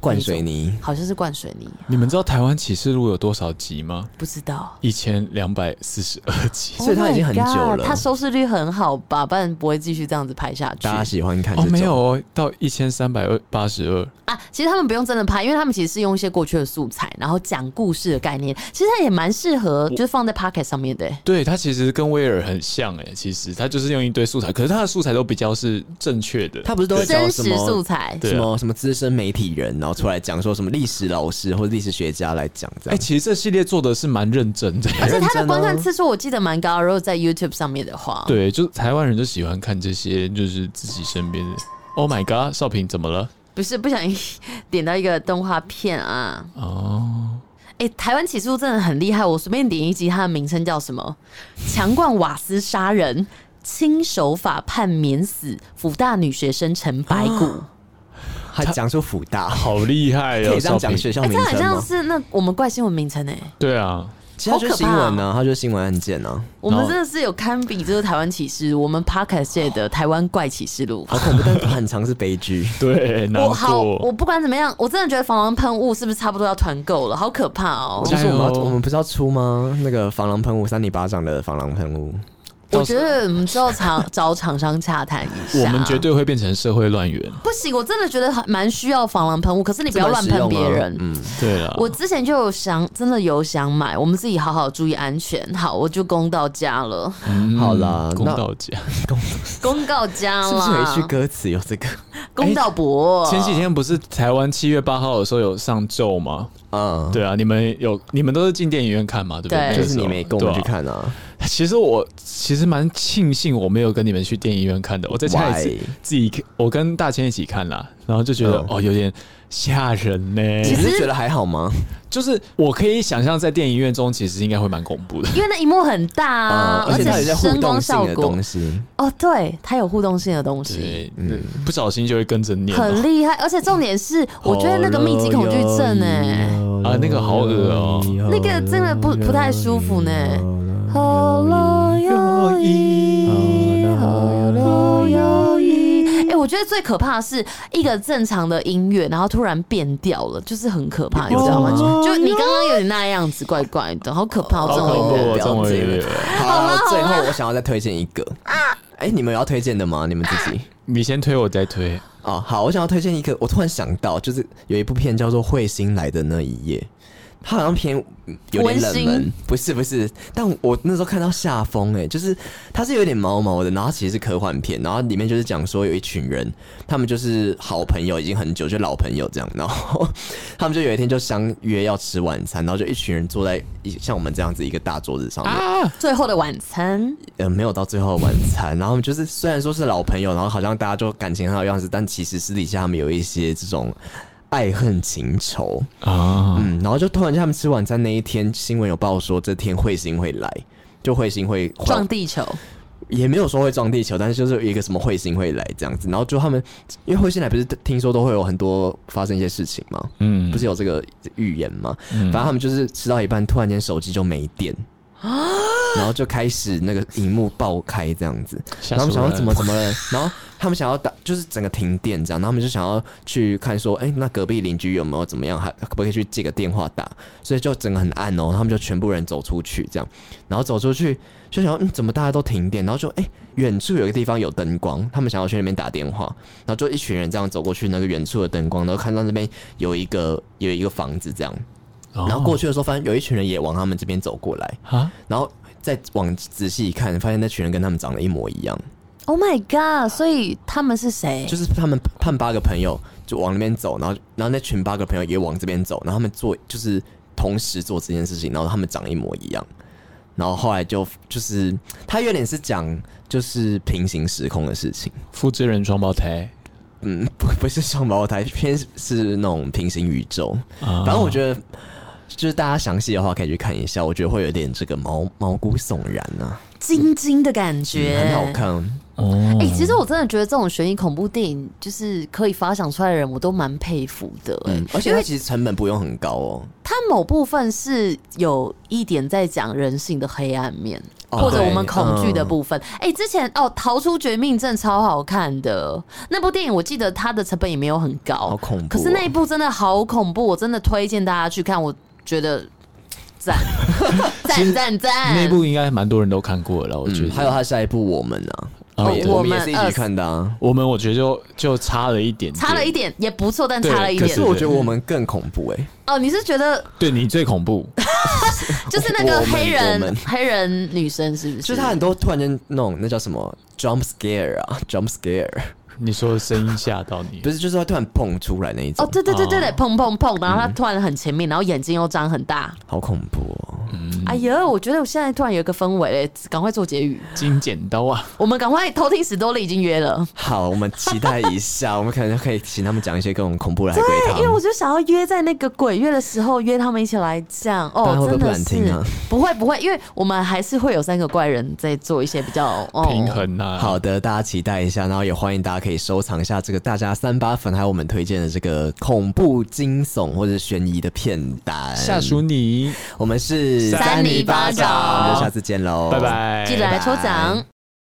S3: 灌水泥，
S1: 好像是灌水泥，
S2: 你们知道《台湾启示录》有多少集吗？
S1: 不知道。
S2: 一千两百四十二集。
S3: 所以它已经很久
S1: Oh my
S3: 了
S1: God，它收视率很好吧？不然不会继续这样子拍下去。
S3: 大家喜欢看这
S2: 哦，
S3: 种。
S2: 没有哦，到一千三百二八十二。
S1: 啊，其实他们不用真的拍，因为他们其实是用一些过去的素材，然后讲故事的概念，其实它也蛮适合，就是放在 Pocket 上面的、欸
S2: 对，它其实跟威尔很像哎，其实它就是用一堆素材，可是它的素材都比较是正确的。
S3: 他不是都会讲
S1: 真
S3: 什
S1: 实
S3: 么
S1: 素材。
S2: 对啊
S3: 什么什么资深媒体人，然后出来讲说什么历史老师或者历史学家来讲这
S2: 哎，
S3: 样。
S2: 其实这系列做的是蛮认真 的。
S1: 而且它
S3: 认真
S1: 的
S3: 哦
S1: 观看次数我记得蛮高，如果在 YouTube 上面的话，
S2: 对，就是台湾人就喜欢看这些，就是自己身边的。Oh my god，少平怎么了？
S1: 不是不小心点到一个动画片啊。
S2: 哦，
S1: 哎、台湾起诉真的很厉害，我随便点一集，它的名称叫什么？强灌瓦斯杀人，亲手法判免死，辅大女学生陈白
S3: 啊
S1: 骨。
S3: 还讲出辅大，
S2: 好厉害
S3: 可
S2: 哦！
S3: 以这
S2: 少
S3: 样讲
S2: 平
S3: 学校
S1: 哎、
S3: 名
S1: 这好
S3: 称
S1: 像
S3: 吗？
S1: 是那我们怪新闻名称哎、
S2: 对啊，
S3: 其实它就是新
S1: 哦
S3: 闻呢、它就是新闻案件呢、啊
S1: 我
S2: 然
S1: 们
S2: 后
S1: 真的是有堪比这个台湾启示录，我们 podcast 界的台湾怪启示录。
S3: 好恐怖，但很常是悲 剧。
S2: 对，难
S1: 我好，我
S2: 过。
S1: 不管怎么样，我真的觉得防狼喷雾是不是差不多要团购了？好可怕哦！
S3: 就是我们要
S2: 加油
S3: 我们不是要出吗？那个防狼喷雾，三里巴掌的防狼喷雾。
S1: 我觉得我们之后厂找厂商洽谈一下。
S2: 我们绝对会变成社会乱源。
S1: 不行，我真的觉得很蛮需要防狼喷雾，可是你不要乱喷别人。
S3: 这蛮实用啊
S2: 对啊，
S1: 我之前就有想，真的有想买，我们自己好好注意安全。好，我就公到家 了，
S2: 嗯
S3: 好啦
S2: 公
S3: 那
S2: 道讲。
S1: 公告家
S3: 嗯，是不是有一句
S1: 了，
S3: 歌哎词有这个？
S1: 公道伯。
S2: 前几天不是台湾七月八号的时候有上咒吗？
S3: 嗯，
S2: 对啊，你们有你们都是进电影院看嘛？对不对？
S1: 对
S3: 就是你没跟我们去
S2: 对啊。
S3: 看啊。
S2: 其实我其实蛮庆幸我没有跟你们去电影院看的，我在家里
S3: Why？
S2: 自自己我跟大千一起看啦，然后就觉得、
S3: 嗯
S2: 哦有点吓人呢、
S1: 其
S3: 你
S1: 实
S3: 是觉得还好吗？
S2: 就是我可以想象在电影院中其实应该会蛮恐怖的。
S1: 因为那一幕很大啊，
S3: 嗯而且它有一些互
S1: 声光
S3: 动性
S1: 效
S3: 的
S1: 果
S3: 东西。
S1: 哦，对，它有互动性的东西，
S2: 对，不小心就会跟着念了
S1: 很厉害。而且重点 是，我觉得那个密集恐惧症哎、
S2: 啊，那个好恶哦、
S1: 那个真的不不太舒服呢。好了有意，好了有意。哎，我觉得最可怕的是一个正常的音乐，然后突然变调了，就是很可怕，你知道吗？就你刚刚有点那样子，怪怪的，好可怕，这
S2: 好
S1: 种
S2: 恐
S1: 音乐。
S2: 怖哦，
S3: 不要
S2: 这么
S3: 这
S2: 恶
S3: 样
S2: 劣。
S3: 好，最后我想要再推荐一个。哎、你们有要推荐的吗？你们自己？
S2: 你先推，我再推。
S3: 哦，好，我想要推荐一个，我突然想到，就是有一部片叫做《彗星来的那一夜》，它好像偏嗯有点
S1: 温
S3: 冷门
S1: 馨，
S3: 不是不是，但我那时候看到下风、哎，就是它是有点毛毛的，然后它其实是科幻片，然后里面就是讲说有一群人，他们就是好朋友，已经很久就老朋友这样，然后 他们就有一天就相约要吃晚餐，然后就一群人坐在一像我们这样子一个大桌子上面，
S1: 最后的晚餐，
S3: 呃，没有到最后晚餐，然后他们就是虽然说是老朋友，然后好像大家就感情很好的样子，但其实私底下他们有一些这种爱恨情仇，
S2: 啊，
S3: 嗯，然后就突然间他们吃晚餐那一天，新闻有报说这天彗星会来，就彗星会
S1: 撞地球，
S3: 也没有说会撞地球，但是就是有一个什么彗星会来这样子，然后就他们因为彗星来不是听说都会有很多发生一些事情吗？
S2: 嗯
S3: 不是有这个预言吗？
S2: 嗯
S3: 反正他们就是吃到一半，突然间手机就没电。
S1: 啊
S3: 然后就开始那个荧幕爆开这样子，
S2: 吓
S3: 然后他们
S2: 死
S3: 想要
S2: 人
S3: 怎么怎么了， 然后他们想要打就是整个停电这样，然后他们就想要去看说，哎、那隔壁邻居有没有怎么样，还可不可以去借个电话打？所以就整个很暗哦，他们就全部人走出去这样，然后走出去就想，嗯，怎么大家都停电？然后就哎，远、处有一个地方有灯光，他们想要去那边打电话，然后就一群人这样走过去那个远处的灯光，然后看到那边有一个有一个房子这样，
S2: 哦
S3: 然后过去的时候发现有一群人也往他们这边走过来，
S2: 啊，
S3: 然后再往仔细一看，发现那群人跟他们长得一模一样，
S1: Oh my god！所以他们是谁？
S3: 就是他们他们八个朋友就往那边走，然后然后那群八个朋友也往这边走，然后他们做就是同时做这件事情，然后他们长得一模一样。然后后来就就是他有点是讲就是平行时空的事情，
S2: 复制人双胞胎
S3: 嗯，不不是双胞胎，偏是那种平行宇宙。
S2: 啊
S3: 反正我觉得，就是大家详细的话可以去看一下，我觉得会有点这个毛毛骨悚然啊，
S1: 晶晶的感觉，
S3: 嗯很好看。
S2: 哦
S1: 哎、其实我真的觉得这种悬疑恐怖电影，就是可以发想出来的人，我都蛮佩服的、哎
S3: 嗯，而且它其实成本不用很高哦。
S1: 它某部分是有一点在讲人性的黑暗面，
S3: 哦
S1: 或者我们
S3: 对
S1: 恐惧的
S3: 嗯
S1: 部分。哎、之前哦，《逃出绝命镇》超好看的那部电影，我记得它的成本也没有很高，
S3: 好恐怖哦
S1: 可是那一部真的好恐怖，我真的推荐大家去看，我觉得 赞赞赞赞。
S2: 那部应该蛮多人都看过了，我觉
S3: 嗯，
S2: 得。
S3: 还有他下一部《我们》啊，
S2: 哦
S3: 也
S1: 我
S3: 我们也
S1: 们
S3: 是一
S1: 二
S3: 起
S1: 十
S3: 看的啊。
S2: 我们我觉得就就差了一点，
S1: 差了一。点也不错，但
S2: 对
S1: 差了一
S2: 可
S1: 点
S2: 是
S3: 是我觉得我们更恐怖哎、
S1: 哦。你是觉得
S2: 对你最恐怖，
S1: 就是那个
S3: 我们
S1: 黑
S3: 我
S1: 人
S3: 们
S1: 黑人女生是不哦是？
S3: 就是他很多突然间那种那叫什么 jump scare 啊，jump scare，
S2: 你说的声音吓到你
S3: 不。是就是他突然蹦出来那一种，
S1: 哦，对对对对
S3: 啊
S1: 对，砰砰砰，然后他
S3: 嗯
S1: 突然很前面，然后眼睛又张很大。
S3: 好恐怖哦。
S1: 哎呀，我觉得我现在突然有一个氛围嘞，赶快做结语，
S2: 金剪刀啊，
S1: 我们赶快偷听史多利已经约了，
S3: 好，我们期待 一下，我们可能可以请他们讲一些各种恐怖的海龟汤
S1: 因为。我就想要约在那个鬼月的时候约他们一起来讲
S3: 大
S1: 哦
S3: 家，会不会
S1: 真
S3: 不
S1: 的
S3: 敢
S1: 是
S3: 听啊
S1: 不会不会，因为我们还是会有三个怪人在做一些比较哦
S2: 平衡啊。
S3: 好的，大家期待一下，然后也欢迎大家可以收藏一下这个大家三八粉，还有我们推荐的这个恐怖惊悚或者悬疑的片单。
S2: 吓死你！
S3: 我们是是
S1: 三里巴掌
S3: 我们就下次见喽，
S2: 拜拜，
S3: 哎
S1: 记得来抽奖。